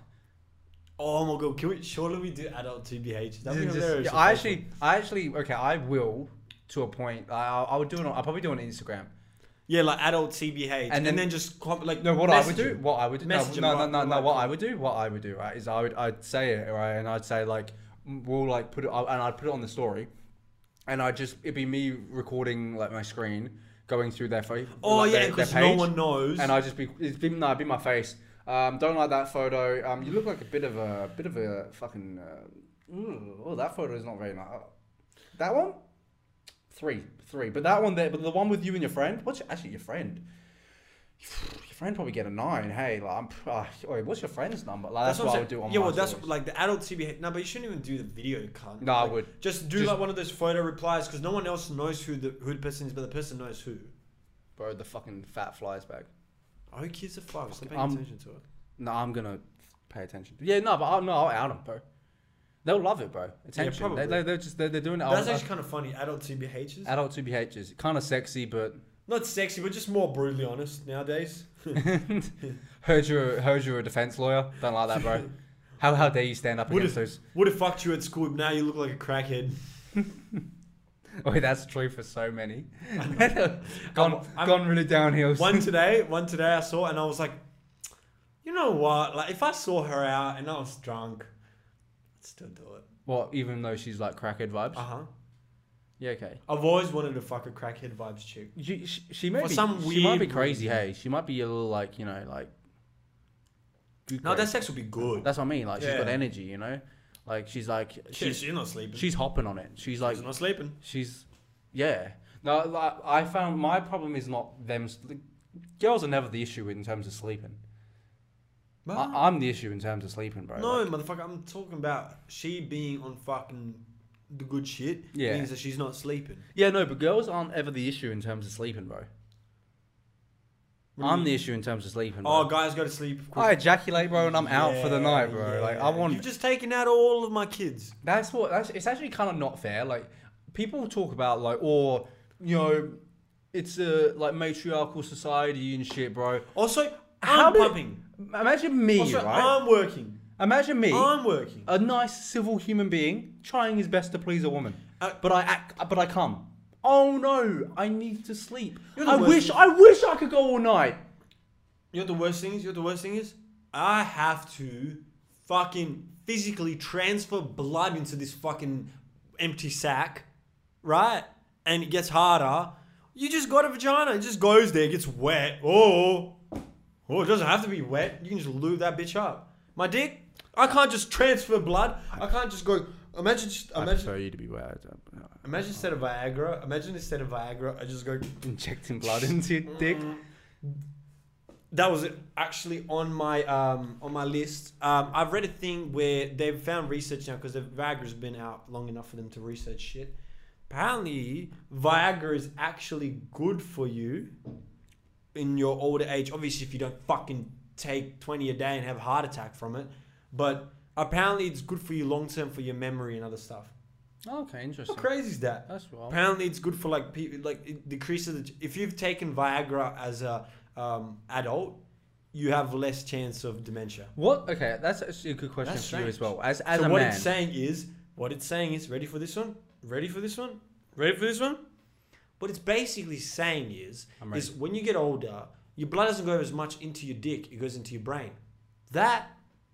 Speaker 2: Oh my god, can we surely we do adult TBH? That'd be
Speaker 1: Just-
Speaker 2: hilarious.
Speaker 1: yeah, I actually, I actually, okay, I will to a point. I, I I would do it. On, I'll probably do it on Instagram.
Speaker 2: Yeah, like adult TBH, and,
Speaker 1: And
Speaker 2: then,
Speaker 1: then-
Speaker 2: just comp- like
Speaker 1: No, what
Speaker 2: message
Speaker 1: I would do,
Speaker 2: him.
Speaker 1: what I would do, no,
Speaker 2: Message him
Speaker 1: no, no,
Speaker 2: right-
Speaker 1: no, no,
Speaker 2: right
Speaker 1: what
Speaker 2: back.
Speaker 1: I would do, what I would do, right, is I would, I'd say it, right, and I'd say like, mm, we'll like put it, I- and I'd put it on the story, and I'd just, it'd be me recording like my screen, going through their face.
Speaker 2: Oh
Speaker 1: like,
Speaker 2: yeah,
Speaker 1: their- their
Speaker 2: because no
Speaker 1: page,
Speaker 2: one knows.
Speaker 1: And I'd just be, it'd be, no, it'd be my face. Um, don't like that photo. Um, you look like a bit of a, bit of a fucking. Uh, ooh, oh, that photo is not very nice. That one, three, three. But that one there, but the one with you and your friend. What's your, actually your friend? Your friend probably get a nine. Hey, like, I'm, uh, oi, what's your friend's number? Like, that's,
Speaker 2: I'm
Speaker 1: what, I
Speaker 2: saying.
Speaker 1: would do on
Speaker 2: yeah,
Speaker 1: my
Speaker 2: well, that's
Speaker 1: stories.
Speaker 2: like the adult CBH. No, but you shouldn't even do the video, cunt.
Speaker 1: No, I
Speaker 2: like,
Speaker 1: would.
Speaker 2: Just do
Speaker 1: Just-
Speaker 2: like one of those photo replies because no one else knows who the who the person is, but the person knows who.
Speaker 1: bro. The fucking fat flies back.
Speaker 2: Oh, who gives a fuck? Stop paying
Speaker 1: Um,
Speaker 2: attention to it.
Speaker 1: No, I'm gonna pay attention. Yeah, no, but I'll, no, I'll out them, bro. They'll love it, bro. Attention.
Speaker 2: probably.
Speaker 1: they, they, they're just they're, they're doing it.
Speaker 2: That's
Speaker 1: I'll-
Speaker 2: actually kind of funny. Adult TBHs.
Speaker 1: Adult 2BHs. Kind of sexy, but
Speaker 2: Not sexy, but just more brutally honest nowadays.
Speaker 1: heard you're, heard you're a defense lawyer. Don't like that, bro. How, how dare you stand up
Speaker 2: Would
Speaker 1: against those?
Speaker 2: Would have fucked you at school, but now you look like a crackhead.
Speaker 1: Oh, that's true for so many. gone,
Speaker 2: I'm-
Speaker 1: gone really downhill.
Speaker 2: one today, one today I saw, and I was like, you know what? Like, if I saw her out and I was drunk, I'd still do it.
Speaker 1: what? Even though she's like crackhead vibes.
Speaker 2: Uh huh.
Speaker 1: yeah, okay.
Speaker 2: I've always wanted to fuck a crackhead vibes chick.
Speaker 1: She, she, she may
Speaker 2: For
Speaker 1: be,
Speaker 2: some
Speaker 1: she might be
Speaker 2: weird
Speaker 1: crazy.
Speaker 2: reason.
Speaker 1: Hey, she might be a little like you know like. good
Speaker 2: No, that
Speaker 1: crazy.
Speaker 2: sex would be good.
Speaker 1: that's what I mean. Like she's got
Speaker 2: Yeah.
Speaker 1: energy, you know. Like she's like
Speaker 2: she's,
Speaker 1: she's
Speaker 2: not sleeping.
Speaker 1: she's hopping on it. She's like
Speaker 2: she's not sleeping.
Speaker 1: She's, yeah. No, like, I found my problem is not them. s- the Girls are never the issue in terms of sleeping. I, I'm the issue in terms of sleeping, bro.
Speaker 2: no,
Speaker 1: Like,
Speaker 2: motherfucker. I'm talking about she being on fucking the good shit.
Speaker 1: Yeah.
Speaker 2: Means that she's not sleeping.
Speaker 1: yeah, no, but girls aren't ever the issue in terms of sleeping, bro.
Speaker 2: What do you
Speaker 1: I'm
Speaker 2: mean?
Speaker 1: the issue in terms of sleeping. Bro.
Speaker 2: Oh, guys, go to sleep. quick.
Speaker 1: I ejaculate, bro, and I'm out for the
Speaker 2: Yeah,
Speaker 1: night, bro. Like I
Speaker 2: yeah.
Speaker 1: want.
Speaker 2: You've just taken out all of my kids.
Speaker 1: That's what. That's, it's actually kind of not fair. Like people talk about like, or you know, it's a like matriarchal society and shit, bro.
Speaker 2: Also,
Speaker 1: How
Speaker 2: I'm
Speaker 1: did-
Speaker 2: pumping.
Speaker 1: Imagine me,
Speaker 2: Also, oh,
Speaker 1: right?
Speaker 2: I'm working.
Speaker 1: Imagine me.
Speaker 2: I'm working.
Speaker 1: a nice civil human being trying his best to please a woman.
Speaker 2: Uh,
Speaker 1: but I act, but I come. Oh no, I need to sleep.
Speaker 2: You're the
Speaker 1: I
Speaker 2: worst.
Speaker 1: wish I wish I could go all night.
Speaker 2: You know what the worst thing is? You know what the worst thing is? I have to fucking physically transfer blood into this fucking empty sack, right? And it gets harder. You just got a vagina. It just goes there. It gets wet. Oh, oh, it doesn't have to be wet. You can just lube that bitch up. My dick. I can't just transfer blood. I can't just go. Imagine, just, imagine,
Speaker 1: you to be where
Speaker 2: imagine instead of Viagra. Imagine instead of Viagra, I just go.
Speaker 1: injecting blood into your dick.
Speaker 2: that was actually on my um, on my list. Um, I've read a thing where they've found research now because Viagra's been out long enough for them to research shit. Apparently, Viagra is actually good for you in your older age. Obviously, if you don't fucking take twenty a day and have a heart attack from it, but apparently it's good for you long term for your memory and other stuff.
Speaker 1: Okay, interesting.
Speaker 2: How crazy is that?
Speaker 1: That's well.
Speaker 2: Apparently, it's good for like people. Like it decreases. The, if you've taken Viagra as a um, adult, you have less chance of dementia.
Speaker 1: What? Okay, that's actually a good question
Speaker 2: That's
Speaker 1: for you as
Speaker 2: strange.
Speaker 1: well. As as
Speaker 2: so
Speaker 1: a
Speaker 2: what
Speaker 1: man,
Speaker 2: it's saying is, what it's saying is, ready for this one? Ready for this one? Ready for this one? What it's basically saying is,
Speaker 1: I'm ready.
Speaker 2: is when you get older, your blood doesn't go as much into your dick; it goes into your brain. That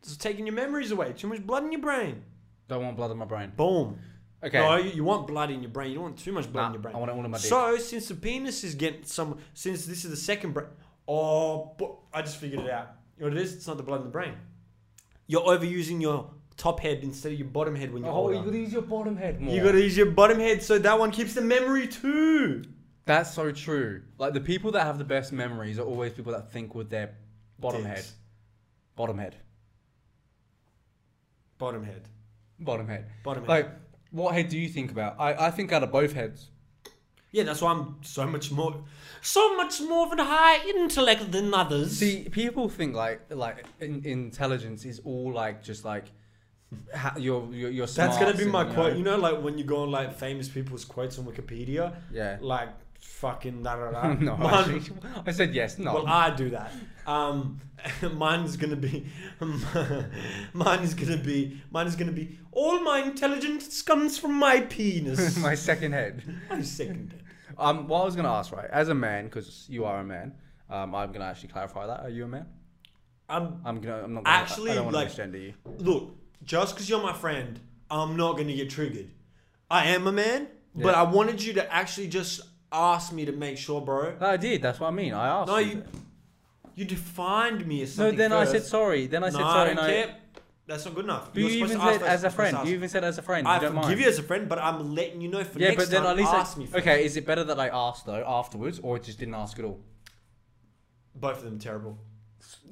Speaker 2: is taking your memories away. Too much blood in your brain.
Speaker 1: don't want blood in my brain.
Speaker 2: Boom.
Speaker 1: Okay,
Speaker 2: No, you, you want blood in your brain. You don't want too much blood
Speaker 1: Nah,
Speaker 2: in your brain.
Speaker 1: I want it all in my dick.
Speaker 2: So since the penis is getting some, since this is the second brain, oh, bu- I just figured it out. You know what it is? It's not the blood in the brain. You're overusing your top head instead of your bottom head when you're
Speaker 1: oh, you
Speaker 2: older.
Speaker 1: gotta use your bottom head more.
Speaker 2: You gotta use your bottom head, so that one keeps the memory too.
Speaker 1: That's so true. Like the people that have the best memories are always people that think with their bottom
Speaker 2: Dicks.
Speaker 1: head. Bottom head.
Speaker 2: Bottom head.
Speaker 1: Bottom head.
Speaker 2: Bottom head.
Speaker 1: Like, what head do you think about? I, I think out of both heads.
Speaker 2: yeah, that's why I'm so much more, so much more of a high intellect than others.
Speaker 1: See, people think like like in, intelligence is all like just like ha- your your your.
Speaker 2: That's gonna
Speaker 1: smarts
Speaker 2: be
Speaker 1: and,
Speaker 2: my
Speaker 1: you
Speaker 2: quote.
Speaker 1: know-
Speaker 2: You know, like when you go on like famous people's quotes on Wikipedia.
Speaker 1: Yeah.
Speaker 2: Like fucking da da da.
Speaker 1: no,
Speaker 2: Mine-
Speaker 1: I, said- I said yes. No.
Speaker 2: Well, I do that. Um, mine's gonna be, mine is gonna be, mine is gonna be. All my intelligence comes from my penis.
Speaker 1: my second head.
Speaker 2: my second. head.
Speaker 1: Um, well, I was gonna ask, right? As a man, because you are a man, um, I'm gonna actually clarify that. Are you a man?
Speaker 2: Um,
Speaker 1: I'm gonna. I'm not gonna,
Speaker 2: Actually,
Speaker 1: I don't want
Speaker 2: like-
Speaker 1: to misgender you.
Speaker 2: look, just because you're my friend, I'm not gonna get triggered. I am a man, but
Speaker 1: Yeah.
Speaker 2: I wanted you to actually just ask me to make sure, bro.
Speaker 1: No, I did. That's what I mean. I asked.
Speaker 2: No, you,
Speaker 1: that.
Speaker 2: you defined me as
Speaker 1: No,
Speaker 2: something.
Speaker 1: then I
Speaker 2: first.
Speaker 1: said sorry. Then I said
Speaker 2: no, I
Speaker 1: sorry.
Speaker 2: don't
Speaker 1: and I-
Speaker 2: care. That's not good enough.
Speaker 1: But you,
Speaker 2: You're
Speaker 1: even
Speaker 2: supposed to ask
Speaker 1: said
Speaker 2: first,
Speaker 1: as a
Speaker 2: you're supposed to
Speaker 1: friend.
Speaker 2: ask
Speaker 1: You even said as a friend.
Speaker 2: I
Speaker 1: you don't
Speaker 2: forgive
Speaker 1: mind.
Speaker 2: you as a friend, but I'm letting you know for
Speaker 1: yeah,
Speaker 2: next
Speaker 1: but then
Speaker 2: time.
Speaker 1: at least I-
Speaker 2: ask me. For
Speaker 1: okay. Is it better that I asked though afterwards, or just didn't ask at all?
Speaker 2: both of them terrible.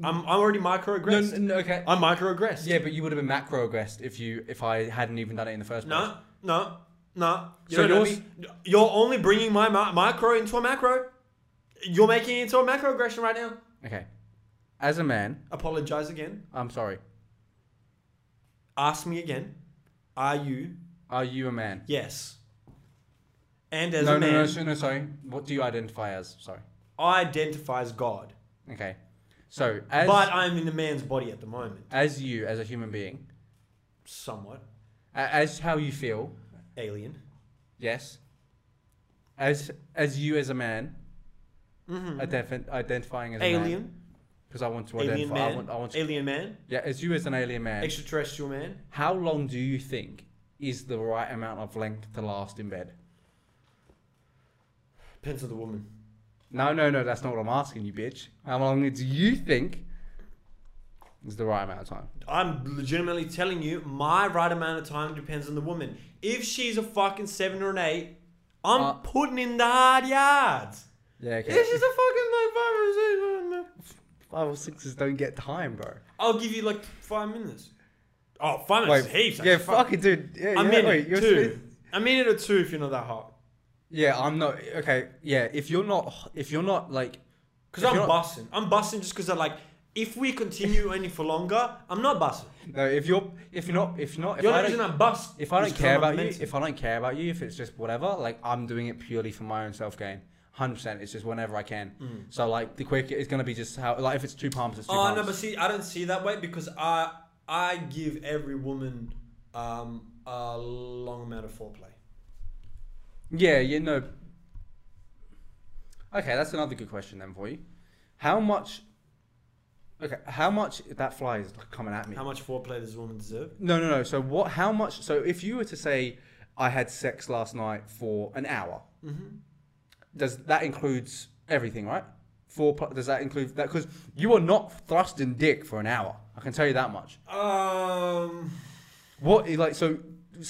Speaker 2: I'm I'm already
Speaker 1: No,
Speaker 2: microaggressed.
Speaker 1: no, okay.
Speaker 2: I microaggressed.
Speaker 1: Yeah, but you would have been macroaggressed if you if I hadn't even done it in the first place.
Speaker 2: No, no, no. You
Speaker 1: So
Speaker 2: don't know
Speaker 1: yours-
Speaker 2: me. You're only bringing my mi- micro into a macro. You're making it into a macroaggression right now.
Speaker 1: Okay. As a man,
Speaker 2: Apologize again.
Speaker 1: I'm sorry.
Speaker 2: Ask me again. Are you?
Speaker 1: Are you a man?
Speaker 2: Yes. And as
Speaker 1: no,
Speaker 2: a man,
Speaker 1: no, no, so- no, sorry. What do you identify as? Sorry.
Speaker 2: I identify as God,
Speaker 1: Okay. So as
Speaker 2: but I'm in a man's body at the moment,
Speaker 1: as you as a human being,
Speaker 2: somewhat
Speaker 1: a- as how you feel,
Speaker 2: alien.
Speaker 1: yes. As as you as a man,
Speaker 2: Mm-hmm.
Speaker 1: ident- identifying as a man,
Speaker 2: Alien,
Speaker 1: because I want to
Speaker 2: alien
Speaker 1: identify.
Speaker 2: man,
Speaker 1: I want, I want to,
Speaker 2: alien man,
Speaker 1: yeah, as you as an alien man.
Speaker 2: extraterrestrial man.
Speaker 1: How long do you think is the right amount of length to last in bed?
Speaker 2: Depends on the woman.
Speaker 1: No, no, no, that's not what I'm asking you, bitch. How long do you think is the right amount of time?
Speaker 2: I'm legitimately telling you, my right amount of time depends on the woman. If she's a fucking seven or an eight, I'm
Speaker 1: Uh,
Speaker 2: putting in the hard yards.
Speaker 1: Yeah, okay.
Speaker 2: If she's a fucking eh? like five or six,
Speaker 1: Five or sixes don't get time, bro.
Speaker 2: I'll give you like five minutes. Oh, five minutes, heaps.
Speaker 1: yeah,
Speaker 2: actually, fuck.
Speaker 1: fucking dude. Yeah,
Speaker 2: A
Speaker 1: yeah,
Speaker 2: minute,
Speaker 1: wait, you're
Speaker 2: two.
Speaker 1: smooth.
Speaker 2: A minute or two if you're not that hot.
Speaker 1: Yeah, I'm not. Okay, yeah. If you're not, if you're not like,
Speaker 2: Because
Speaker 1: If
Speaker 2: I'm
Speaker 1: you're-
Speaker 2: bussing. I'm bussing just because I like. If we continue any for longer, I'm not bussing.
Speaker 1: no, if you're, if you're not, if not, if
Speaker 2: The
Speaker 1: I
Speaker 2: only
Speaker 1: don't,
Speaker 2: reason I bust.
Speaker 1: if I
Speaker 2: is
Speaker 1: don't
Speaker 2: 'cause
Speaker 1: care
Speaker 2: I'm a
Speaker 1: about you,
Speaker 2: mental.
Speaker 1: if I don't care about you, if it's just whatever, like I'm doing it purely for my own self gain. Hundred percent. It's just whenever I can. So like the quick, it's gonna be just how like if it's two palms, it's two
Speaker 2: Mm. Oh
Speaker 1: palms.
Speaker 2: no, but see, I don't see it that way because I I give every woman um, a long amount of foreplay.
Speaker 1: Yeah, you know. Okay, that's another good question then for you. How much? Okay, how much that fly is coming at me?
Speaker 2: How much foreplay does a woman deserve?
Speaker 1: No, no, no. So what? How much? So if you were to say, I had sex last night for an hour,
Speaker 2: Mm-hmm.
Speaker 1: does that includes everything, right? Four. pl- Does that include that? Because you are not thrusting dick for an hour. I can tell you that much.
Speaker 2: Um,
Speaker 1: What like so?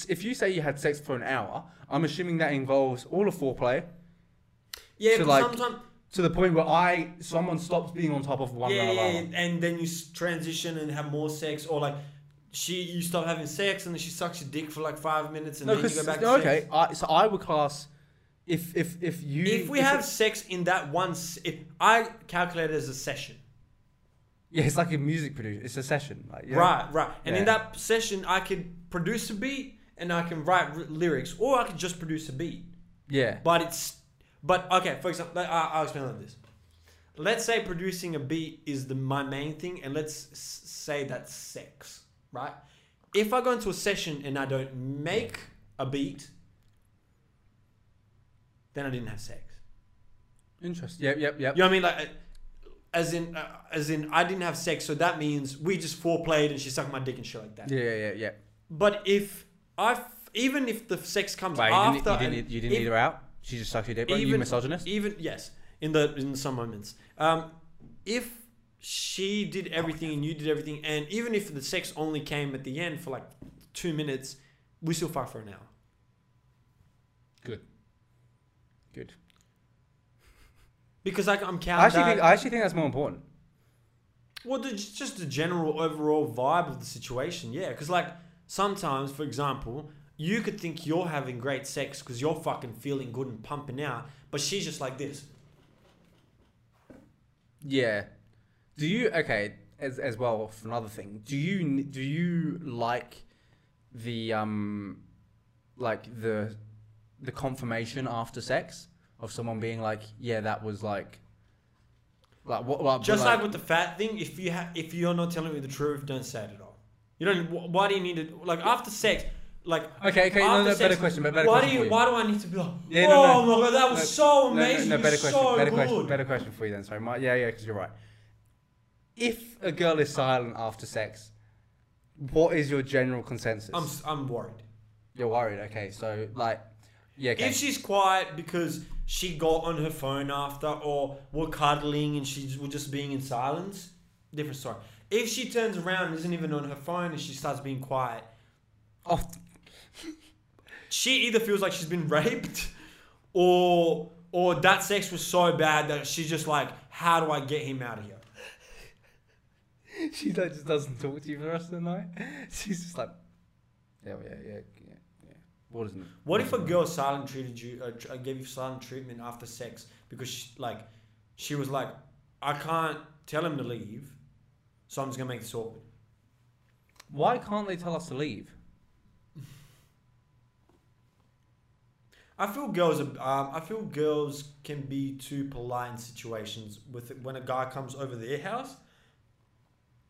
Speaker 1: If you say you had sex for an hour, I'm assuming that involves all of foreplay
Speaker 2: yeah,
Speaker 1: So,
Speaker 2: because
Speaker 1: like,
Speaker 2: sometimes
Speaker 1: to the point where I someone stops being on top of one
Speaker 2: yeah,
Speaker 1: another.
Speaker 2: yeah, yeah, and then you s- transition and have more sex, or like she you stop having sex and then she sucks your dick for like five minutes and
Speaker 1: No,
Speaker 2: then you
Speaker 1: because
Speaker 2: go back. To sex.
Speaker 1: okay, I, so I would class if if if you
Speaker 2: If we
Speaker 1: it-
Speaker 2: have sex in that one, s- if I calculate it as a session.
Speaker 1: yeah, it's like a music producer. It's a session, like, you know?
Speaker 2: Right, right. And in
Speaker 1: Yeah.
Speaker 2: that session, I could produce a beat and I can write r- lyrics, or I could just produce a beat.
Speaker 1: Yeah,
Speaker 2: But it's, but okay. For example, I- I'll explain like this. Let's say producing a beat is the my main thing, and let's s- say that's sex, right? If I go into a session and I don't make a beat, then I didn't have sex.
Speaker 1: interesting. Yep, yep, yep.
Speaker 2: You know what I mean? Like, uh, as in, uh, as in, I didn't have sex, so that means we just foreplayed and she sucked my dick and shit like that.
Speaker 1: Yeah, yeah, yeah, yeah.
Speaker 2: But if I, f- even if the sex comes
Speaker 1: Wait, you
Speaker 2: after,
Speaker 1: didn't, you
Speaker 2: and
Speaker 1: didn't, you didn't
Speaker 2: if-
Speaker 1: either out. She just sucked your dick. Right? You
Speaker 2: Even- e-
Speaker 1: misogynist.
Speaker 2: even yes, in the in some moments, um, if she did everything and you did everything, and even if the sex only came at the end for like two minutes, we still fuck for an hour.
Speaker 1: Good. Good.
Speaker 2: Because like I'm
Speaker 1: I
Speaker 2: counting.
Speaker 1: actually
Speaker 2: that-
Speaker 1: think I actually think that's more important.
Speaker 2: Well, the, just the general overall vibe of the situation, yeah. Because like sometimes, for example, you could think you're having great sex because you're fucking feeling good and pumping out, but she's just like this.
Speaker 1: Yeah. Do you okay as as well for another thing? Do you do you like the um like the the confirmation after sex of someone being like, yeah, that was like, like what, like,
Speaker 2: Just
Speaker 1: like,
Speaker 2: like, with the fat thing, if you ha- if you're not telling me the truth, don't say it at all. You don't. wh- Why do you need to like after sex? Like
Speaker 1: okay, okay, no,
Speaker 2: after
Speaker 1: no,
Speaker 2: sex,
Speaker 1: better question, but better
Speaker 2: why
Speaker 1: question
Speaker 2: do
Speaker 1: for
Speaker 2: you? Why do I need to be like?
Speaker 1: Yeah, no,
Speaker 2: oh
Speaker 1: no.
Speaker 2: my god, that was
Speaker 1: No,
Speaker 2: so
Speaker 1: No, no,
Speaker 2: amazing.
Speaker 1: No,
Speaker 2: It
Speaker 1: better
Speaker 2: was
Speaker 1: question.
Speaker 2: so
Speaker 1: better
Speaker 2: good.
Speaker 1: question. Better question for you then. Sorry, my, yeah, yeah, because you're right. If a girl is silent after sex, what is your general consensus?
Speaker 2: I'm s- I'm worried.
Speaker 1: you're worried. Okay, so like, yeah, okay.
Speaker 2: If she's quiet because she got on her phone after, or we're cuddling and she's we're just being in silence, different story. If she turns around and isn't even on her phone and she starts being quiet,
Speaker 1: oh,
Speaker 2: she either feels like she's been raped, or or that sex was so bad that she's just like, how do I get him out of here?
Speaker 1: she like, just doesn't talk to you for the rest of the night. She's just like, yeah, yeah, yeah, yeah. yeah. What is it?
Speaker 2: What if a girl silent treated you, uh, tr- uh, gave you silent treatment after sex because she, like she was like, I can't tell him to leave, so I'm just gonna make this awkward.
Speaker 1: Why can't they tell us to leave?
Speaker 2: I feel girls. are- Um, I feel girls can be too polite in situations. With when a guy comes over their house,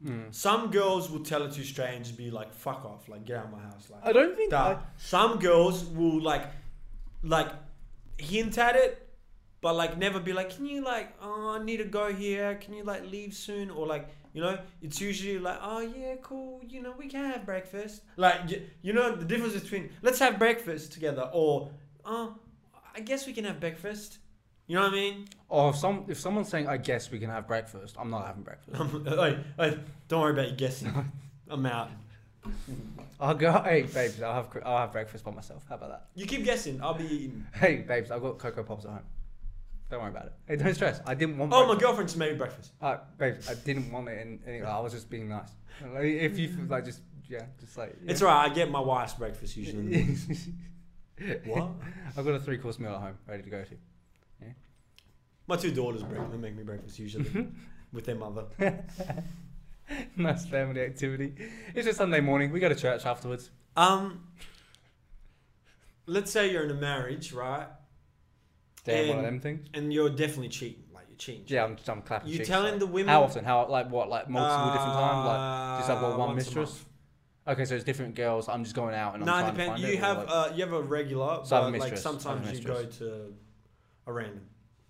Speaker 1: Hmm.
Speaker 2: some girls will tell it to straight and just be like, "Fuck off!" Like, get out of my house. Like,
Speaker 1: I don't think.
Speaker 2: duh.
Speaker 1: I,
Speaker 2: some girls will like, like, hint at it, but like never be like, "Can you like, oh, I need to go here. Can you like leave soon?" Or like, you know, it's usually like, "Oh yeah, cool. You know, we can have breakfast." Like, you, you know, the difference between let's have breakfast together or oh, I guess we can have breakfast. You know what I mean?
Speaker 1: oh, if some if someone's saying, I guess we can have breakfast. I'm not having breakfast.
Speaker 2: I'm, like, like, don't worry about you guessing. I'm out.
Speaker 1: I'll go. Hey, babes, I'll have cr- I'll have breakfast by myself. How about that?
Speaker 2: You keep guessing. I'll be eating.
Speaker 1: Hey, babes, I've got Cocoa Pops at home. Don't worry about it. Hey, don't stress. I didn't want.
Speaker 2: Oh, my girlfriend's made me breakfast.
Speaker 1: my god, uh, babes, I didn't want it. And, and I was just being nice. Like, if you like, just yeah, just like yeah.
Speaker 2: It's alright. I get my wife's breakfast usually. what?
Speaker 1: I've got a three-course meal at home ready to go to.
Speaker 2: My two daughters break, they make me breakfast usually with their mother.
Speaker 1: nice family activity. It's a Sunday morning. We go to church afterwards.
Speaker 2: Um, let's say you're in a marriage, right?
Speaker 1: Damn, one of them
Speaker 2: And-
Speaker 1: things.
Speaker 2: And you're definitely cheating. Like you're cheating.
Speaker 1: Yeah, I'm, I'm clapping.
Speaker 2: You
Speaker 1: cheeks,
Speaker 2: telling
Speaker 1: like,
Speaker 2: the women Uh,
Speaker 1: how often? How like what? Like multiple different times? Like just have what, one
Speaker 2: once a
Speaker 1: mistress? okay, so it's different girls. I'm just going out and
Speaker 2: month? No,
Speaker 1: I'm
Speaker 2: it
Speaker 1: trying to
Speaker 2: depends.
Speaker 1: find
Speaker 2: You
Speaker 1: it, or,
Speaker 2: have
Speaker 1: like-
Speaker 2: uh, you have a regular,
Speaker 1: So I have a
Speaker 2: but like
Speaker 1: mistress. I
Speaker 2: sometimes
Speaker 1: have a
Speaker 2: you go to a random.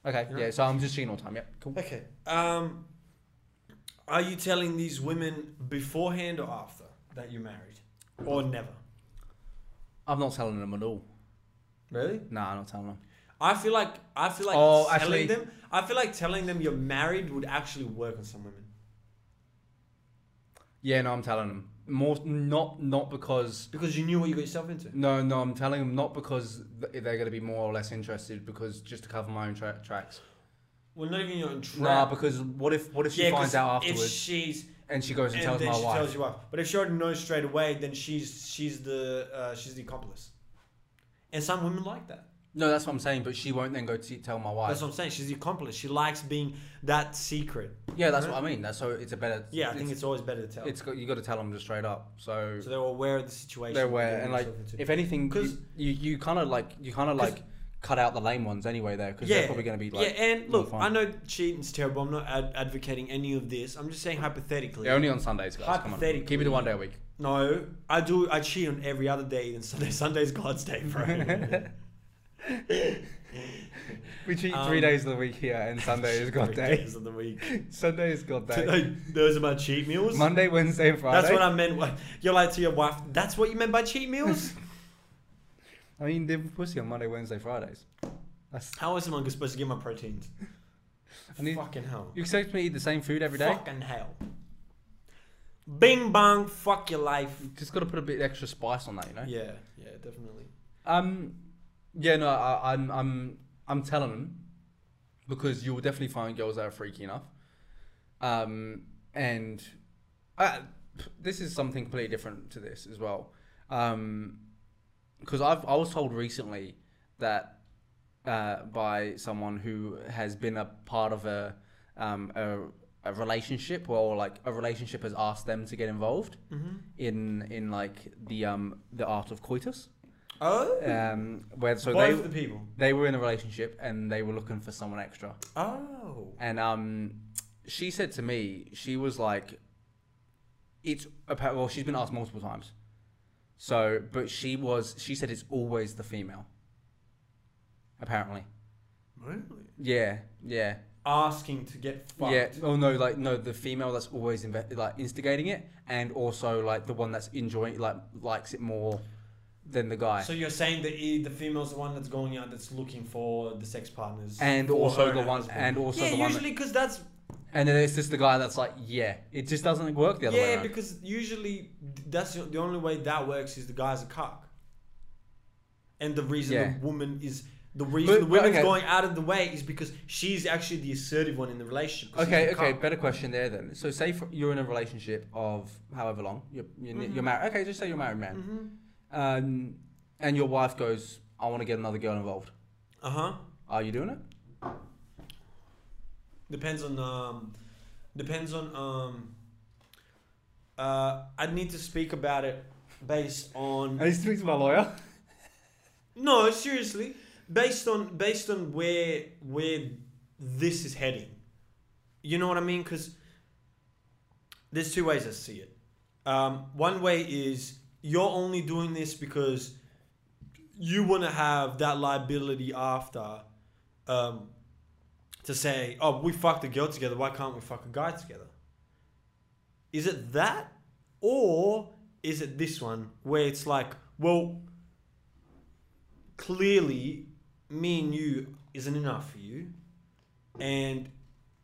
Speaker 1: Okay,
Speaker 2: Yeah.
Speaker 1: yeah, so I'm just cheating all the time. Yep, cool.
Speaker 2: Okay. Um, are you telling these women beforehand or after that you're married, or never?
Speaker 1: I'm not telling them at all.
Speaker 2: Really?
Speaker 1: Nah, I'm not telling them.
Speaker 2: I feel like I feel like
Speaker 1: Oh,
Speaker 2: telling
Speaker 1: actually-
Speaker 2: them. I feel like telling them you're married would actually work on some women.
Speaker 1: Yeah, no, I'm telling them. More not not because
Speaker 2: Because you knew what you got yourself into.
Speaker 1: no no I'm telling them not because th- they're gonna be more or less interested because just to cover my own tra- tracks.
Speaker 2: Well, not even your own trap.
Speaker 1: Nah, because what if what if she
Speaker 2: Yeah, 'cause
Speaker 1: finds out
Speaker 2: If
Speaker 1: afterwards
Speaker 2: she's
Speaker 1: and she goes and,
Speaker 2: and
Speaker 1: tells
Speaker 2: then
Speaker 1: my
Speaker 2: she
Speaker 1: wife?
Speaker 2: tells your wife, but if she already knows straight away, then she's she's the uh, she's the accomplice. And some women like that.
Speaker 1: no, that's what I'm saying. But she won't then go to tell my wife.
Speaker 2: That's what I'm saying. She's the accomplice. She likes being that secret.
Speaker 1: yeah, that's what I mean. That's so it's a better.
Speaker 2: Yeah, I think it's always better to tell.
Speaker 1: it's got you got to tell them just straight up. So,
Speaker 2: so they're aware of the situation.
Speaker 1: they're
Speaker 2: that
Speaker 1: aware
Speaker 2: you're
Speaker 1: and like
Speaker 2: getting yourself into.
Speaker 1: if anything,
Speaker 2: 'Cause-
Speaker 1: you you, you kind of like you kind of
Speaker 2: 'cause-
Speaker 1: like cut out the lame ones anyway there because they're probably gonna be like
Speaker 2: yeah, and
Speaker 1: more
Speaker 2: look,
Speaker 1: fun.
Speaker 2: I know cheating's terrible. I'm not ad- advocating any of this. I'm just saying hypothetically.
Speaker 1: Yeah, only on Sundays, guys. Come on. Keep it
Speaker 2: Hypothetically.
Speaker 1: to one day a week.
Speaker 2: No, I do. I cheat on every other day than Sunday. Sunday's God's day, bro.
Speaker 1: We cheat
Speaker 2: Um,
Speaker 1: three days of the week here, and Sunday is God
Speaker 2: Three
Speaker 1: day.
Speaker 2: days of the week.
Speaker 1: Sunday is God day.
Speaker 2: Like, Those are my cheat meals.
Speaker 1: Monday, Wednesday, and Friday.
Speaker 2: That's what I meant. You're like to your wife. That's what you meant by cheat meals.
Speaker 1: I mean, they're pussy on Monday, Wednesday, Fridays. That's,
Speaker 2: How else am I supposed to get my proteins?
Speaker 1: I need,
Speaker 2: Fucking hell.
Speaker 1: you expect me to eat the same food every day?
Speaker 2: Fucking hell. Bing bang. Fuck your life.
Speaker 1: Just got to put a bit extra spice on that, you know.
Speaker 2: Yeah. Yeah. Definitely.
Speaker 1: Um, yeah, no, I, I'm, I'm, I'm telling them because you'll definitely find girls that are freaky enough. Um, and I, this is something completely different to this as well. Um, because I've I was told recently that uh, by someone who has been a part of a um a, a relationship or like a relationship has asked them to get involved
Speaker 2: Mm-hmm.
Speaker 1: in in like the um the art of coitus
Speaker 2: Oh.
Speaker 1: Um, where so
Speaker 2: Both
Speaker 1: they
Speaker 2: the people.
Speaker 1: they were in a relationship and they were looking for someone extra.
Speaker 2: Oh.
Speaker 1: And um, she said to me, she was like, it's appa- well, she's been asked multiple times. So, but she was, she said it's always the female. Apparently,
Speaker 2: Really?
Speaker 1: yeah, yeah,
Speaker 2: Asking to get fucked.
Speaker 1: yeah. Oh no, like no, the female that's always inve- like instigating it, and also like the one that's enjoying like likes it more than the guy.
Speaker 2: So you're saying that e- the female's the one that's going out that's looking for the sex partners.
Speaker 1: and
Speaker 2: for
Speaker 1: also
Speaker 2: her
Speaker 1: the
Speaker 2: and
Speaker 1: one,
Speaker 2: husband.
Speaker 1: and also
Speaker 2: yeah,
Speaker 1: the one, that,
Speaker 2: usually because that's
Speaker 1: and then it's just the guy that's like, yeah, it just doesn't work the other way
Speaker 2: yeah,
Speaker 1: around.
Speaker 2: because usually that's the the only way that works is the guy's a cock, and the reason
Speaker 1: Yeah.
Speaker 2: the woman is the reason
Speaker 1: But-
Speaker 2: the
Speaker 1: but
Speaker 2: woman's
Speaker 1: okay.
Speaker 2: going out of the way is because she's actually the assertive one in the relationship. 'cause she's
Speaker 1: Okay,
Speaker 2: the
Speaker 1: okay.
Speaker 2: cock.
Speaker 1: Better question there then. So, say for, you're in a relationship of however long you're you're,
Speaker 2: Mm-hmm.
Speaker 1: you're married. Okay, just say you're a married man,
Speaker 2: Mhm.
Speaker 1: um, and your wife goes, "I want to get another girl involved."
Speaker 2: Uh huh.
Speaker 1: Are you doing it?
Speaker 2: Depends on um, depends on um. Uh, I'd need to speak about it based on
Speaker 1: he speaks to my lawyer.
Speaker 2: No, seriously. Based on based on where where this is heading, you know what I mean? Because there's two ways I see it. Um, one way is you're only doing this because you want to have that liability after um, to say, "Oh, we fucked a girl together. Why can't we fuck a guy together?" Is it that, or is it this one where it's like, "Well, clearly me and you isn't enough for you and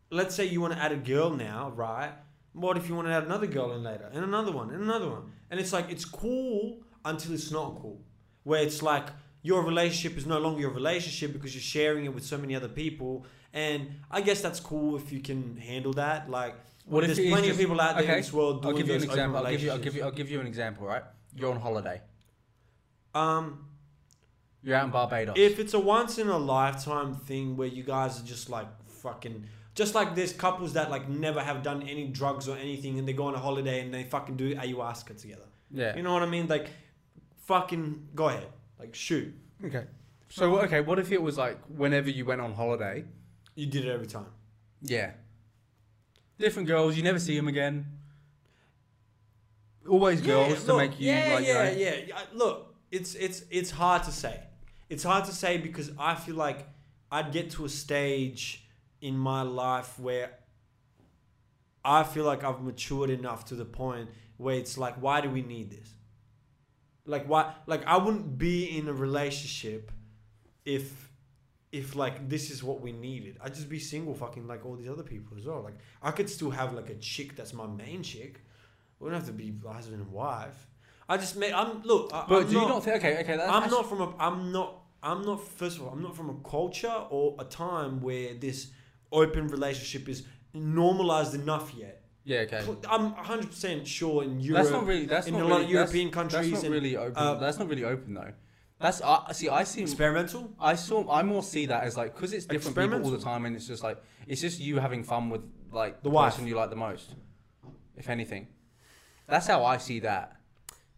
Speaker 2: let's say you want to add a girl now right what if you want to add another girl in later and another one and another one and it's like it's cool until it's not cool where it's like your relationship is no longer your relationship because you're sharing it with so many other people and i guess that's cool if you can handle that like
Speaker 1: What if
Speaker 2: there's
Speaker 1: it is
Speaker 2: plenty
Speaker 1: just-
Speaker 2: of people out there
Speaker 1: okay,
Speaker 2: in this world
Speaker 1: I'll
Speaker 2: doing
Speaker 1: give you an
Speaker 2: those open
Speaker 1: example. I'll give you. I'll give
Speaker 2: relationships.
Speaker 1: you. I'll give you an example. Right? You're on holiday.
Speaker 2: um
Speaker 1: You're out in Barbados.
Speaker 2: If it's a once in a lifetime thing where you guys are just like fucking, just like there's couples that like never have done any drugs or anything, and they go on a holiday and they fucking do ayahuasca together.
Speaker 1: yeah.
Speaker 2: You know what I mean? Like, fucking go ahead, like shoot.
Speaker 1: Okay. So okay, what if it was like whenever you went on holiday?
Speaker 2: You did it every time.
Speaker 1: Yeah. Different girls. You never see them again. Always girls
Speaker 2: Yeah,
Speaker 1: to
Speaker 2: look,
Speaker 1: make you
Speaker 2: yeah,
Speaker 1: like. you
Speaker 2: yeah,
Speaker 1: know-
Speaker 2: yeah, yeah. Look, it's it's it's hard to say. It's hard to say because I feel like I'd get to a stage in my life where I feel like I've matured enough to the point where it's like, why do we need this? Like why? Like I wouldn't be in a relationship if if like this is what we needed. I'd just be single, fucking like all these other people as well. Like I could still have like a chick that's my main chick. We don't have to be husband and wife. I just made. I'm look. I,
Speaker 1: But
Speaker 2: I'm
Speaker 1: do
Speaker 2: not,
Speaker 1: you not think? Okay, okay. That's,
Speaker 2: I'm not from a. I'm not. I'm not. First of all, I'm not from a culture or a time where this open relationship is normalized enough yet.
Speaker 1: Yeah, okay.
Speaker 2: Cl- I'm 100 percent sure in Europe.
Speaker 1: That's not really. That's
Speaker 2: in
Speaker 1: not
Speaker 2: a lot
Speaker 1: really,
Speaker 2: of European
Speaker 1: that's,
Speaker 2: countries
Speaker 1: That's not
Speaker 2: and,
Speaker 1: really open.
Speaker 2: uh,
Speaker 1: that's not really open though. That's I see. I
Speaker 2: Hmm.
Speaker 1: see.
Speaker 2: experimental.
Speaker 1: I saw. I more see that as like because it's different people all the
Speaker 2: Experimental?
Speaker 1: time, and it's just like it's just you having fun with like
Speaker 2: The wife.
Speaker 1: person you like the most, if anything. That's how I see that.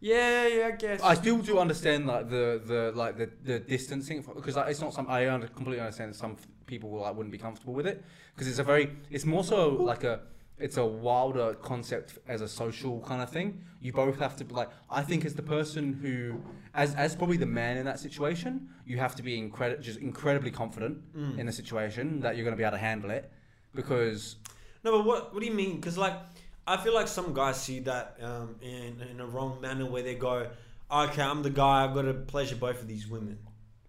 Speaker 2: Yeah, yeah, I guess.
Speaker 1: I still do understand like the the like the, the distancing because like, it's not some I under, completely understand that some people like wouldn't be comfortable with it because it's a very it's more so like a it's a wilder concept as a social kind of thing. You both have to be like I think as the person who as as probably the man in that situation, you have to be incredi- just incredibly confident
Speaker 2: Mm.
Speaker 1: in the situation that you're going to be able to handle it because
Speaker 2: No, but what what do you mean? Because like, I feel like some guys see that um, in in a wrong manner where they go, okay, I'm the guy. I've got to pleasure both of these women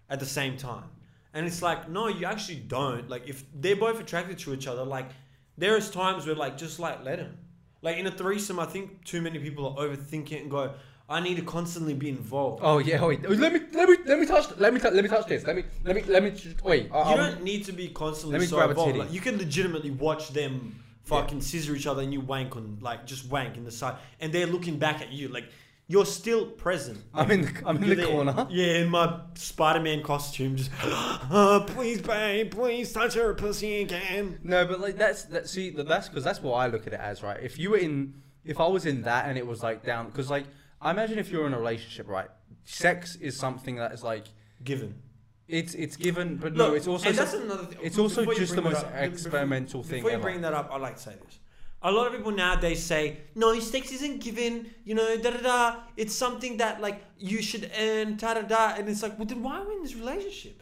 Speaker 2: at the same time, and it's like, no, you actually don't. Like, if they're both attracted to each other, like, there is times where like just like let them. Like in a threesome, I think too many people are overthinking and go, I need to constantly be involved.
Speaker 1: oh yeah wait let me let me let me touch let me tou- let me touch this let me let me let me wait I-
Speaker 2: You
Speaker 1: I'm-
Speaker 2: don't need to be
Speaker 1: Um, Let
Speaker 2: constantly
Speaker 1: me
Speaker 2: so
Speaker 1: grab a
Speaker 2: involved.
Speaker 1: titty.
Speaker 2: Like, you can legitimately watch them fucking scissor each other and you wank on, like, just wank in the side. And they're looking back at you. Like, you're still present.
Speaker 1: I'm in the, I'm in
Speaker 2: You're
Speaker 1: the
Speaker 2: there.
Speaker 1: corner.
Speaker 2: Yeah, in my Spider Man costume. Just, "Oh, please, babe, please touch her pussy again.
Speaker 1: No, but like that's that. See, that- that's because that's what I look at it as, right? If you were in, if I was in that, and it was like down, because like I imagine if you're in a relationship, right? sex is something that is like
Speaker 2: given.
Speaker 1: it's it's given, but
Speaker 2: Look,
Speaker 1: no, it's also
Speaker 2: and
Speaker 1: so-
Speaker 2: that's another thing.
Speaker 1: it's also
Speaker 2: Before you
Speaker 1: just the
Speaker 2: bring that
Speaker 1: most
Speaker 2: up- before-
Speaker 1: experimental thing
Speaker 2: Before you
Speaker 1: ever.
Speaker 2: bring that up, I'd like to say this. A lot of people nowadays say, no, sex isn't given, you know, da da da. It's something that, like, you should earn, da da da. And it's like, well, then why are we in this relationship?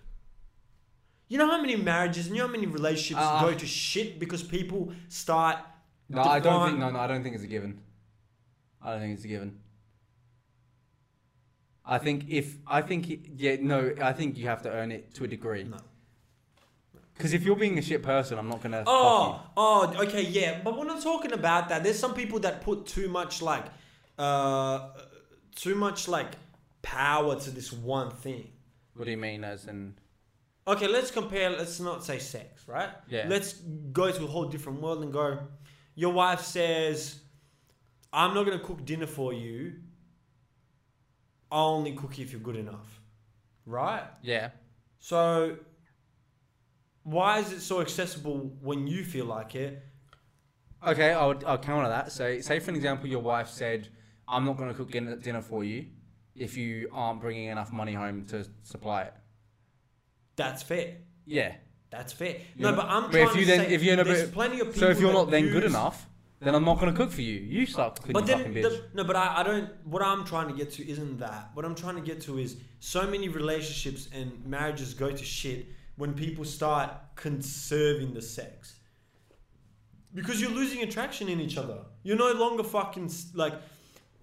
Speaker 2: You know how many marriages and you know how many relationships
Speaker 1: Uh,
Speaker 2: go to shit because people start.
Speaker 1: no, I don't think
Speaker 2: define-
Speaker 1: no, no, I don't think it's a given. I don't think it's a given. I think if I think yeah no, I think you have to earn it to a degree.
Speaker 2: No.
Speaker 1: Because if you're being a shit person, I'm not gonna.
Speaker 2: Oh, oh, okay, yeah. But we're not talking about that. There's some people that put too much like, uh, too much like power to this one thing.
Speaker 1: What do you mean as in?
Speaker 2: Okay, let's compare. Let's not say sex, right?
Speaker 1: Yeah.
Speaker 2: Let's go to a whole different world and go. Your wife says, "I'm not gonna cook dinner for you. I'll only cook if you're good enough." Right.
Speaker 1: Yeah.
Speaker 2: So, why is it so accessible when you feel like it?
Speaker 1: Okay, I would, I'll counter that. So, say for an example, your wife said, "I'm not going to cook dinner, dinner for you if you aren't bringing enough money home to supply it."
Speaker 2: That's fair.
Speaker 1: Yeah.
Speaker 2: That's fair.
Speaker 1: You're
Speaker 2: no,
Speaker 1: not-
Speaker 2: but I'm
Speaker 1: but
Speaker 2: trying
Speaker 1: if you
Speaker 2: to
Speaker 1: then-
Speaker 2: say
Speaker 1: if you're not-
Speaker 2: there's plenty of people
Speaker 1: So if you're
Speaker 2: that
Speaker 1: not then good
Speaker 2: use-
Speaker 1: enough, then I'm not going to cook for you. You start cooking,
Speaker 2: But
Speaker 1: you
Speaker 2: then,
Speaker 1: fucking bitch.
Speaker 2: the, no, but I, I don't. What I'm trying to get to isn't that. What I'm trying to get to is so many relationships and marriages go to shit when people start conserving the sex. Because you're losing attraction in each other. You're no longer fucking s- like.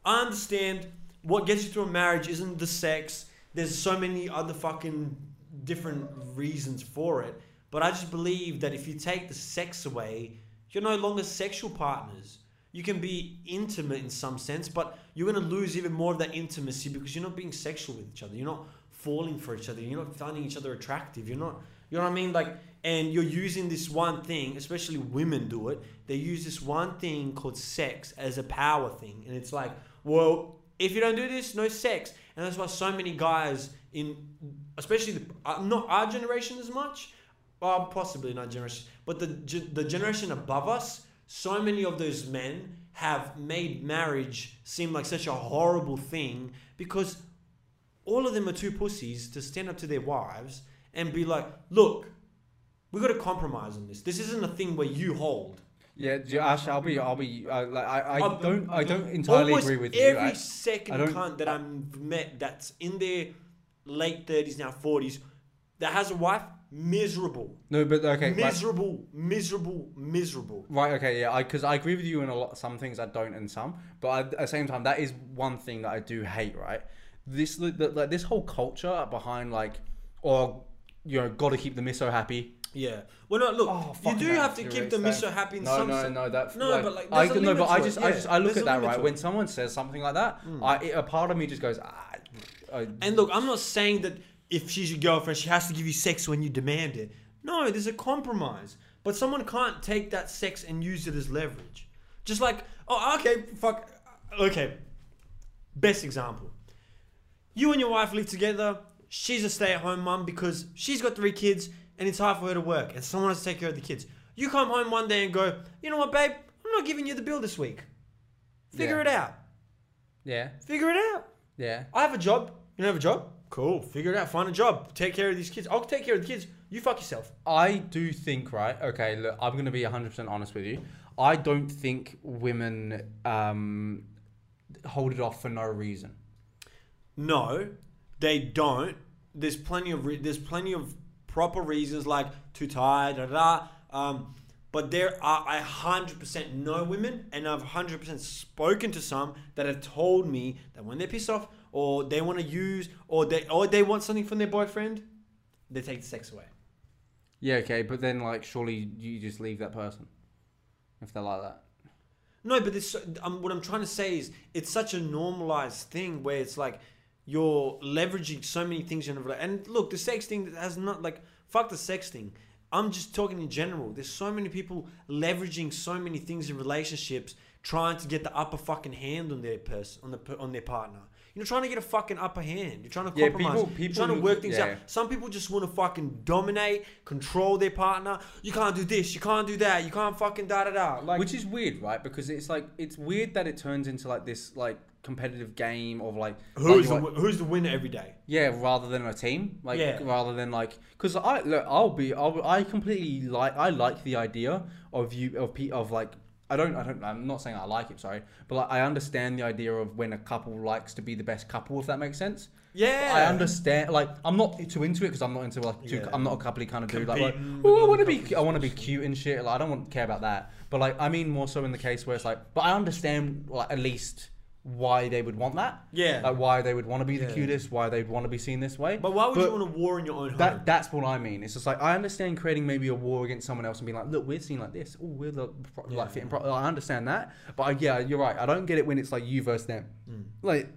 Speaker 2: I understand what gets you through a marriage isn't the sex. There's so many other fucking different reasons for it. But I just believe that if you take the sex away, you're no longer sexual partners. You can be intimate in some sense, but you're going to lose even more of that intimacy because you're not being sexual with each other. You're not falling for each other. You're not finding each other attractive. You're not, you know what I mean? Like, and you're using this one thing, especially women do it. They use this one thing called sex as a power thing. And it's like, well, if you don't do this, no sex. And that's why so many guys in, especially the, uh, not our generation as much, well, possibly not generation, but the ge- the generation above us. So many of those men have made marriage seem like such a horrible thing because all of them are two pussies to stand up to their wives and be like, "Look, we got to compromise on this. This isn't a thing where you hold."
Speaker 1: yeah, J- Ash, I'll be, I'll be, uh, like, I, I
Speaker 2: Uh,
Speaker 1: don't, I don't entirely
Speaker 2: Almost
Speaker 1: agree with you.
Speaker 2: every
Speaker 1: I-
Speaker 2: second
Speaker 1: I don't-
Speaker 2: cunt that I've met that's in their late thirties now forties that has a wife miserable.
Speaker 1: no, but okay, like-
Speaker 2: miserable, miserable, miserable.
Speaker 1: Right. Okay. Yeah. I Because I, agree with you in a lot. Some things I don't, and some. But I, at the same time, that is one thing that I do hate. Right. This li- the, like this whole culture behind like, or you know, got to keep the miso happy.
Speaker 2: Yeah. Well, no, look,
Speaker 1: Oh,
Speaker 2: you
Speaker 1: fuck
Speaker 2: do
Speaker 1: that
Speaker 2: have to keep the
Speaker 1: infuriates
Speaker 2: miso
Speaker 1: them.
Speaker 2: happy in
Speaker 1: no,
Speaker 2: some
Speaker 1: no,
Speaker 2: sense.
Speaker 1: no, that's
Speaker 2: No,
Speaker 1: like,
Speaker 2: but, like,
Speaker 1: I,
Speaker 2: there's a
Speaker 1: no, but
Speaker 2: limit
Speaker 1: I
Speaker 2: to it,
Speaker 1: just, I
Speaker 2: yeah.
Speaker 1: just, I look
Speaker 2: There's
Speaker 1: at
Speaker 2: a
Speaker 1: that
Speaker 2: limit
Speaker 1: right.
Speaker 2: to
Speaker 1: When
Speaker 2: it. Hmm.
Speaker 1: someone says something like that, I, it- a part of me just goes, ah, I,
Speaker 2: And look, I'm not saying that if she's your girlfriend, she has to give you sex when you demand it. No, there's a compromise. But someone can't take that sex and use it as leverage. Just like, oh, okay, fuck. Okay. Best example. You and your wife live together. She's a stay at home mum because she's got three kids and it's hard for her to work and someone has to take care of the kids. You come home one day and go, you know what, babe? I'm not giving you the bill this week. Figure
Speaker 1: Yeah.
Speaker 2: it out.
Speaker 1: yeah,
Speaker 2: Figure it out.
Speaker 1: yeah,
Speaker 2: I have a job. You don't have a job? Cool. Figure it out. Find a job. Take care of these kids. I'll take care of the kids. You fuck yourself.
Speaker 1: I do think, right? Okay, look, I'm gonna be 100% honest with you. I don't think women um, hold it off for no reason.
Speaker 2: No, they don't. There's plenty of re- there's plenty of proper reasons like too tired, da da. da. Um, but there are I hundred percent know women, and I've hundred percent spoken to some that have told me that when they're pissed off, or they want to use, or they or they want something from their boyfriend, they take the sex away.
Speaker 1: Yeah, okay, but then like surely you just leave that person if they're like that.
Speaker 2: No, but this. Um, what I'm trying to say is, it's such a normalized thing where it's like you're leveraging so many things in a rela- And look, the sex thing that has not like fuck the sex thing. I'm just talking in general. There's so many people leveraging so many things in relationships, trying to get the upper fucking hand on their person, on the per- on their partner. You're trying to get a fucking upper hand. You're trying to
Speaker 1: Yeah,
Speaker 2: compromise.
Speaker 1: people-
Speaker 2: You're
Speaker 1: people-
Speaker 2: trying to work things
Speaker 1: yeah.
Speaker 2: out. Some people just want to fucking dominate, control their partner. You can't do this. You can't do that. You can't fucking da da da. Like
Speaker 1: Which is weird, right? Because it's like it's weird that it turns into like this like competitive game of like like,
Speaker 2: Who's
Speaker 1: you
Speaker 2: the,
Speaker 1: want-
Speaker 2: wi- who's the winner every day?
Speaker 1: yeah, rather than a team, like
Speaker 2: Yeah.
Speaker 1: rather than like because I look, I'll be I'll, I completely like I like the idea of you of pe- of like I don't I don't I'm not saying I like it sorry, but like, I understand the idea of when a couple likes to be the best couple if that makes sense.
Speaker 2: Yeah,
Speaker 1: I understand. Like, I'm not too into it because I'm not into like too.
Speaker 2: Yeah.
Speaker 1: I'm not a coupley kind of dude. Like, like
Speaker 2: Competing with
Speaker 1: oh, I
Speaker 2: other
Speaker 1: want to be.
Speaker 2: couples
Speaker 1: I want to be
Speaker 2: and
Speaker 1: cute and shit. Like, I don't want care about that. But like, I mean, more so in the case where it's like, but I understand like at least why they would want that.
Speaker 2: Yeah.
Speaker 1: Like why they would want to be the
Speaker 2: Yeah.
Speaker 1: cutest. Why they'd want to be seen this way.
Speaker 2: But why would you want a war in your own home?
Speaker 1: That that's what I mean. It's just like I understand creating maybe a war against someone else and being like, look, we're seen like this. Oh, we're the pro-
Speaker 2: Yeah.
Speaker 1: like fitting. Pro-. I understand that, but I, yeah, you're right. I don't get it when it's like you versus them.
Speaker 2: Mm.
Speaker 1: Like,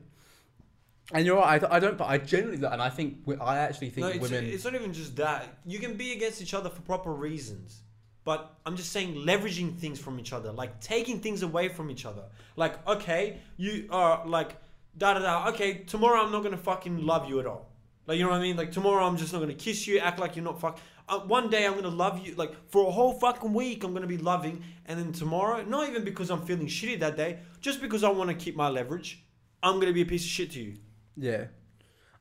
Speaker 1: and you're right. I, I don't. But I generally and I think we- I actually think
Speaker 2: no, it's,
Speaker 1: women.
Speaker 2: it's not even just that. You can be against each other for proper reasons. But I'm just saying leveraging things from each other, like taking things away from each other. Like, okay, you are like da da da, okay, tomorrow I'm not gonna fucking love you at all. Like you know what I mean? Like tomorrow I'm just not gonna kiss you, act like you're not fuck uh, one day I'm gonna love you like for a whole fucking week I'm gonna be loving and then tomorrow, not even because I'm feeling shitty that day, just because I wanna keep my leverage, I'm gonna be a piece of shit to you.
Speaker 1: yeah,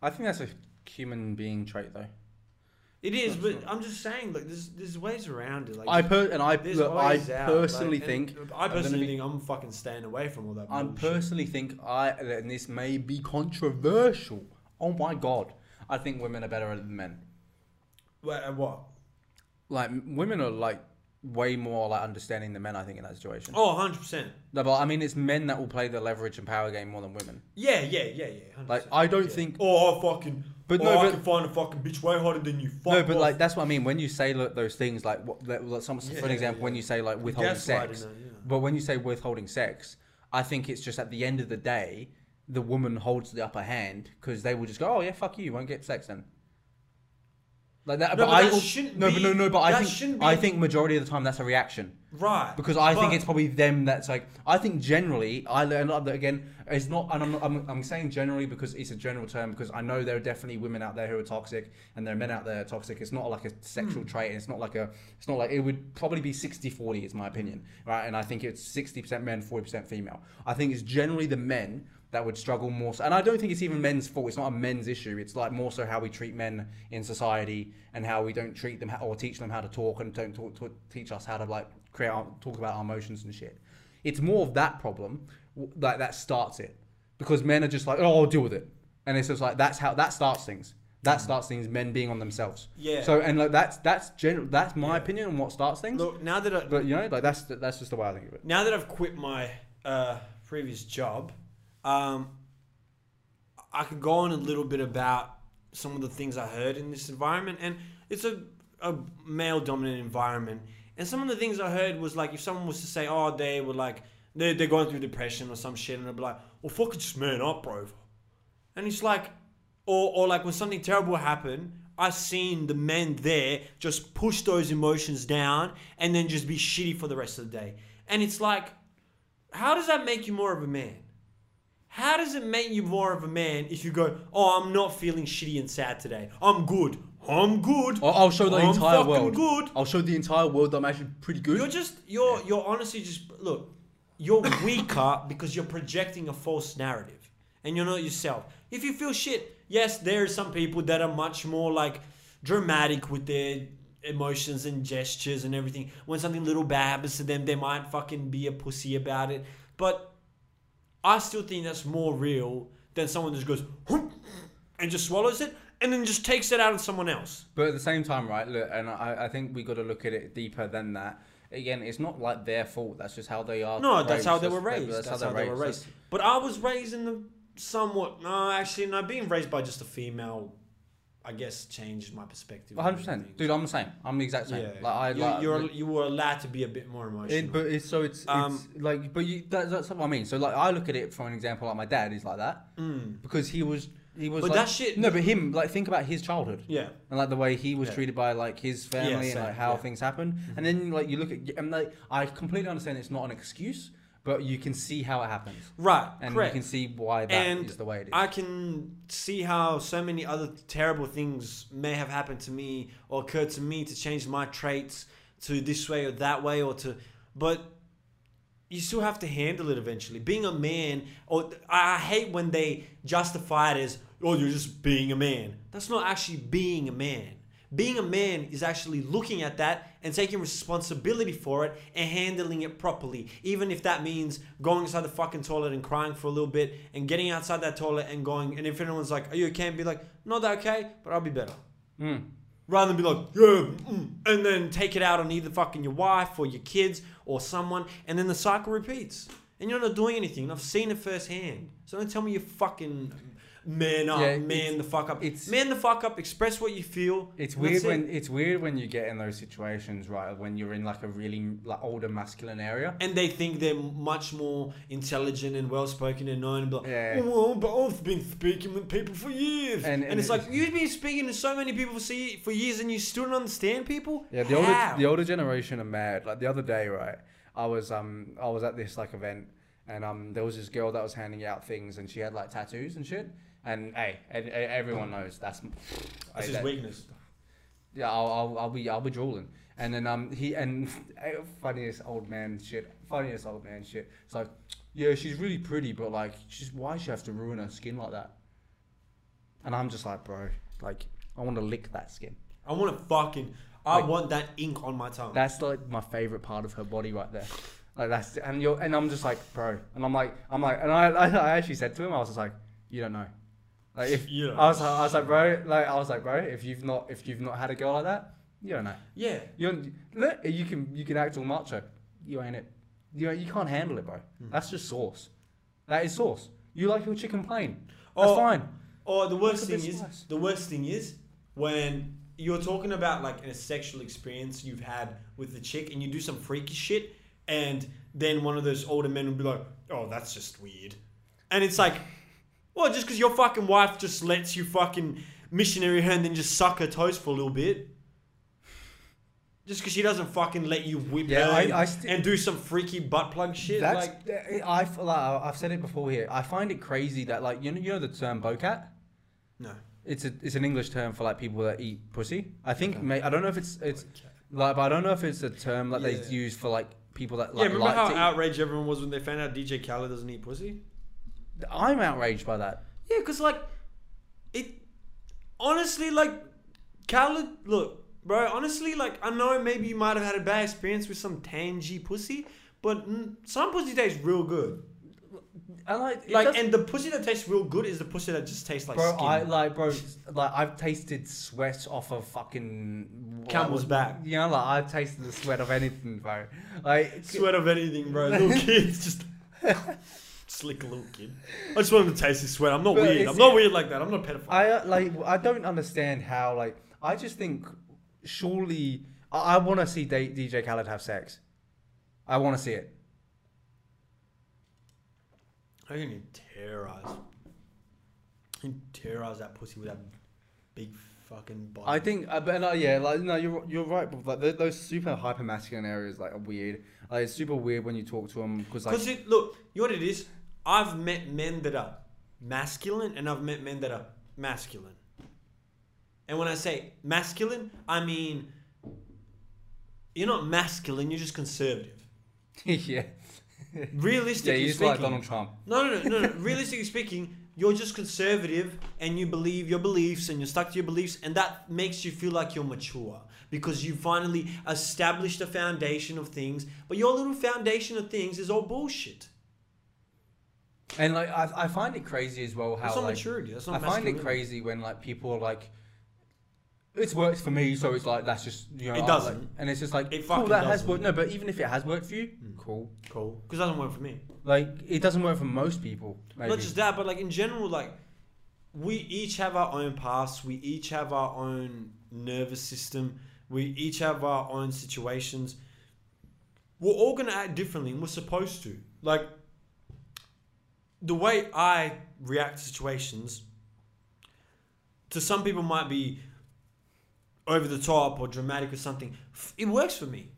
Speaker 1: I think that's a human being trait though.
Speaker 2: It is, but I'm just saying, like, there's there's ways around it. Like,
Speaker 1: I per and I
Speaker 2: there's
Speaker 1: look, I
Speaker 2: ways out,
Speaker 1: personally
Speaker 2: like, and
Speaker 1: think.
Speaker 2: I
Speaker 1: I'm gonna
Speaker 2: personally
Speaker 1: be-
Speaker 2: think I'm fucking staying away from all that.
Speaker 1: I
Speaker 2: bullshit.
Speaker 1: personally think I, and this may be controversial. Oh my god, I think women are better than men.
Speaker 2: Wait, uh, what?
Speaker 1: like m- women are like way more like understanding than men i think in that situation
Speaker 2: Oh, 100 percent.
Speaker 1: no but i mean it's men that will play the leverage and power game more than women
Speaker 2: Yeah, yeah, yeah, yeah. 100%.
Speaker 1: like i don't
Speaker 2: yeah.
Speaker 1: think
Speaker 2: Oh, I fucking.
Speaker 1: But
Speaker 2: But oh,
Speaker 1: no,
Speaker 2: I
Speaker 1: but-
Speaker 2: can find a fucking bitch way harder than you. Fuck
Speaker 1: no but
Speaker 2: off.
Speaker 1: like that's what i mean when you say look, those things like what that, like, some, for
Speaker 2: Yeah,
Speaker 1: an example
Speaker 2: yeah.
Speaker 1: when you say like withholding sex
Speaker 2: Gaslighting, yeah.
Speaker 1: but when you say withholding sex i think it's just at the end of the day the woman holds the upper hand because they will just go oh yeah fuck you you won't get sex then like that,
Speaker 2: No,
Speaker 1: but,
Speaker 2: but
Speaker 1: I
Speaker 2: that
Speaker 1: will-
Speaker 2: shouldn't
Speaker 1: no, but
Speaker 2: be-
Speaker 1: no, no, but
Speaker 2: that
Speaker 1: I think
Speaker 2: shouldn't
Speaker 1: I
Speaker 2: be-
Speaker 1: think majority of the time that's a reaction.
Speaker 2: right
Speaker 1: because I think
Speaker 2: but-
Speaker 1: it's probably them that's like I think generally I learned that again it's not and I'm, not, I'm I'm saying generally because it's a general term because I know there are definitely women out there who are toxic and there are men out there who are toxic it's not like a sexual trait and it's not like a it's not like it would probably be 60 40 is my opinion right and I think it's 60% men 40% female I think it's generally the men that would struggle more so, and I don't think it's even men's fault it's not a men's issue it's like more so how we treat men in society and how we don't treat them ho- or teach them how to talk and don't talk, talk, teach us how to like create our, talk about our emotions and shit. It's more of that problem w- like that starts it because men are just like oh I'll deal with it, and it's just like that's how that starts things. That starts things. Men being on themselves.
Speaker 2: Yeah.
Speaker 1: So and like that's that's general. That's my
Speaker 2: Yeah.
Speaker 1: opinion on what starts things.
Speaker 2: Look, now that I,
Speaker 1: but you know like that's that's just the way I think of it.
Speaker 2: now that I've quit my uh, previous job, um, I could go on a little bit about some of the things I heard in this environment, and it's a, a male dominant environment. And some of the things I heard was like if someone was to say, "Oh, they were like they're, they're going through depression or some shit," and I'd be like, "Well, fucking just man up, bro." And it's like, or, or like when something terrible happened, I seen the men there just push those emotions down and then just be shitty for the rest of the day. And it's like, how does that make you more of a man? How does it make you more of a man if you go, oh, I'm not feeling shitty and sad today. I'm good. I'm good.
Speaker 1: I'll, I'll show the
Speaker 2: I'm
Speaker 1: entire
Speaker 2: fucking
Speaker 1: world.
Speaker 2: good.
Speaker 1: I'll show the entire world that I'm actually pretty good.
Speaker 2: You're just you're you're honestly just look. You're weaker because you're projecting a false narrative, and you're not yourself. If you feel shit, yes, there are some people that are much more like dramatic with their emotions and gestures and everything. When something little bad happens to them, they might fucking be a pussy about it. But I still think that's more real than someone just goes "Hoop," and just swallows it and then just takes it out on someone else.
Speaker 1: But at the same time, right? Look, and I, I think we got to look at it deeper than that. Again, it's not like their fault. That's just how they are.
Speaker 2: No,
Speaker 1: raised.
Speaker 2: that's how they were raised.
Speaker 1: That's,
Speaker 2: That's, how, they were raised. But I was raised in the somewhat. No, actually, no. Being raised by just a female, I guess, changed my perspective.
Speaker 1: One hundred percent, dude. I'm the same. I'm the exact
Speaker 2: Yeah,
Speaker 1: same. Like I,
Speaker 2: you,
Speaker 1: like,
Speaker 2: you're you were allowed to be a bit more emotional.
Speaker 1: It, but it's so it's,
Speaker 2: Um,
Speaker 1: it's like but you that, that's what I mean. So like I look at it for an example like my dad is like that because he was he was
Speaker 2: Hmm. But
Speaker 1: like,
Speaker 2: that shit-
Speaker 1: no but him like think about his childhood
Speaker 2: yeah,
Speaker 1: and like the way he was
Speaker 2: Yeah.
Speaker 1: treated by like his family and
Speaker 2: same,
Speaker 1: like how
Speaker 2: yeah. Mm-hmm.
Speaker 1: things happen and then like you look at and like I completely understand it's not an excuse but you can see how it happens
Speaker 2: right.
Speaker 1: and
Speaker 2: correct.
Speaker 1: you can see why that is
Speaker 2: And
Speaker 1: the way it is.
Speaker 2: I can see how so many other terrible things may have happened to me or occurred to me to change my traits to this way or that way or to but you still have to handle it eventually. Being a man, or I I hate when they justify it as, oh, you're just being a man. That's not actually being a man. Being a man is actually looking at that and taking responsibility for it and handling it properly. Even if that means going inside the fucking toilet and crying for a little bit and getting outside that toilet and going, and if anyone's like, are you okay? And be like, not that okay, but I'll be better
Speaker 1: Mm.
Speaker 2: rather than be like, yeah, mm, and then take it out on either fucking your wife or your kids or someone, and then the cycle repeats. And you're not doing anything. And I've seen it firsthand. So don't tell me you fucking man up,
Speaker 1: Yeah,
Speaker 2: man
Speaker 1: it's-
Speaker 2: the fuck up.
Speaker 1: it's-
Speaker 2: man the fuck up, express what you feel.
Speaker 1: It's
Speaker 2: and
Speaker 1: weird
Speaker 2: that's it.
Speaker 1: when it's weird when you get in those situations, right? When you're in like a really like older masculine area.
Speaker 2: And they think they're much more intelligent and well spoken and known. And be like, "Oh,
Speaker 1: Yeah.
Speaker 2: well, but I've been speaking with people for years. And,
Speaker 1: And- and
Speaker 2: it's like,
Speaker 1: it's-
Speaker 2: you've been speaking to so many people for, se- for years and you still don't understand people?
Speaker 1: Yeah, the older
Speaker 2: How?
Speaker 1: the older generation are mad. Like the other day, right? I was um I was at this like event and um there was this girl that was handing out things and she had like tattoos and shit. And hey, and, and everyone knows that's
Speaker 2: Mm. This
Speaker 1: hey,
Speaker 2: is
Speaker 1: that-
Speaker 2: weakness.
Speaker 1: Yeah, I'll, I'll, I'll be I'll be drooling. And then um he and funniest old man shit, funniest old man shit. It's like, yeah, she's really pretty, but like, she's why she have to ruin her skin like that? And I'm just like, bro, like I want to lick that skin.
Speaker 2: I want to fucking. I
Speaker 1: Like-
Speaker 2: want that ink on my tongue.
Speaker 1: That's like my favorite part of her body right there. Like that's and you're and I'm just like, bro, and I'm like I'm like and I I, I actually said to him, I was just like, you don't know. Like if
Speaker 2: You don't
Speaker 1: I was like, I was like, bro, like I was like, bro, if you've not if you've not had a girl like that, you don't know.
Speaker 2: yeah.
Speaker 1: You're, look, you can you can act all macho. You ain't it. You you can't handle it, bro.
Speaker 2: Hmm.
Speaker 1: That's just sauce. That is sauce. You like your chicken plain. That's
Speaker 2: Oh,
Speaker 1: fine.
Speaker 2: Or the worst
Speaker 1: Look at
Speaker 2: thing
Speaker 1: this
Speaker 2: is
Speaker 1: slice.
Speaker 2: the worst thing is when you're talking about like a sexual experience you've had with the chick and you do some freaky shit and then one of those older men will be like, "Oh, that's just weird," and it's like, well, just because your fucking wife just lets you fucking missionary her and then just suck her toes for a little bit. Just because she doesn't fucking let you whip
Speaker 1: Yeah,
Speaker 2: her
Speaker 1: I-
Speaker 2: and,
Speaker 1: I st-
Speaker 2: and do some freaky butt plug shit.
Speaker 1: That's
Speaker 2: like,
Speaker 1: I I- like, I've said it before here. I find it crazy that like you know you know the term bocat.
Speaker 2: no.
Speaker 1: It's a it's an English term for like people that eat pussy. I think may, I don't know if it's it's like but I don't know if it's a term like
Speaker 2: Yeah.
Speaker 1: they use for like people that
Speaker 2: yeah,
Speaker 1: like
Speaker 2: remember
Speaker 1: like
Speaker 2: how
Speaker 1: to eat-
Speaker 2: outraged everyone was when they found out DJ Khaled doesn't eat pussy?
Speaker 1: I'm outraged by that.
Speaker 2: Yeah, because, like, it. Honestly, like, Khaled, look, bro, honestly, like, I know maybe you might have had a bad experience with some tangy pussy, but mm, some pussy tastes real good.
Speaker 1: And like it
Speaker 2: Like,
Speaker 1: doesn't-
Speaker 2: and the pussy that tastes real good is the pussy that just tastes like
Speaker 1: bro,
Speaker 2: skin.
Speaker 1: I like, bro, like I've tasted sweat off of fucking
Speaker 2: Camel's back.
Speaker 1: You know, like I've tasted the sweat of anything, bro. Like,
Speaker 2: Sweat of anything, bro. Little kids just. Slick little kid. I just want him to taste his sweat. I'm not
Speaker 1: Bro,
Speaker 2: weird.
Speaker 1: it's-
Speaker 2: I'm not weird like that. I'm not a pedophile.
Speaker 1: I uh, like, I don't understand how. Like, I just think, surely, I, I want to see D- DJ Khaled have sex. I want to see it.
Speaker 2: How can you terrorize? You terrorize that pussy with that big fucking body.
Speaker 1: I think, uh, but no, yeah, like no, you're you're right. But like th- those super hyper masculine areas, like are weird. Like it's super weird when you talk to them because like
Speaker 2: because it look, you know what it is. I've met men that are masculine, and I've met men that are masculine. And when I say masculine, I mean you're not masculine. You're just conservative.
Speaker 1: yeah, yeah,
Speaker 2: Realistically
Speaker 1: you just
Speaker 2: speaking,
Speaker 1: like Donald Trump.
Speaker 2: No, no, no, no. no. Realistically speaking, you're just conservative and you believe your beliefs and you're stuck to your beliefs, and that makes you feel like you're mature because you finally established a foundation of things. But your little foundation of things is all bullshit.
Speaker 1: And like I, I find it crazy as well how
Speaker 2: That's not
Speaker 1: like
Speaker 2: maturity. That's
Speaker 1: I
Speaker 2: not.
Speaker 1: find it
Speaker 2: masculinity.
Speaker 1: crazy when like people are like, it's worked for me, so it's like that's just you know
Speaker 2: It
Speaker 1: I'm
Speaker 2: doesn't.
Speaker 1: like- and it's just like
Speaker 2: It
Speaker 1: cool
Speaker 2: fucking
Speaker 1: that has
Speaker 2: doesn't. Hmm.
Speaker 1: worked. No, but even if it has worked for you, cool.
Speaker 2: Cool, because that doesn't work for me.
Speaker 1: Like it doesn't work for most people. Maybe.
Speaker 2: Not just that, but like in general, like we each have our own past, we each have our own nervous system, we each have our own situations. We're all gonna act differently, and we're supposed to. Like the way I react to situations, to some people might be over the top or dramatic or something. F- It works for me.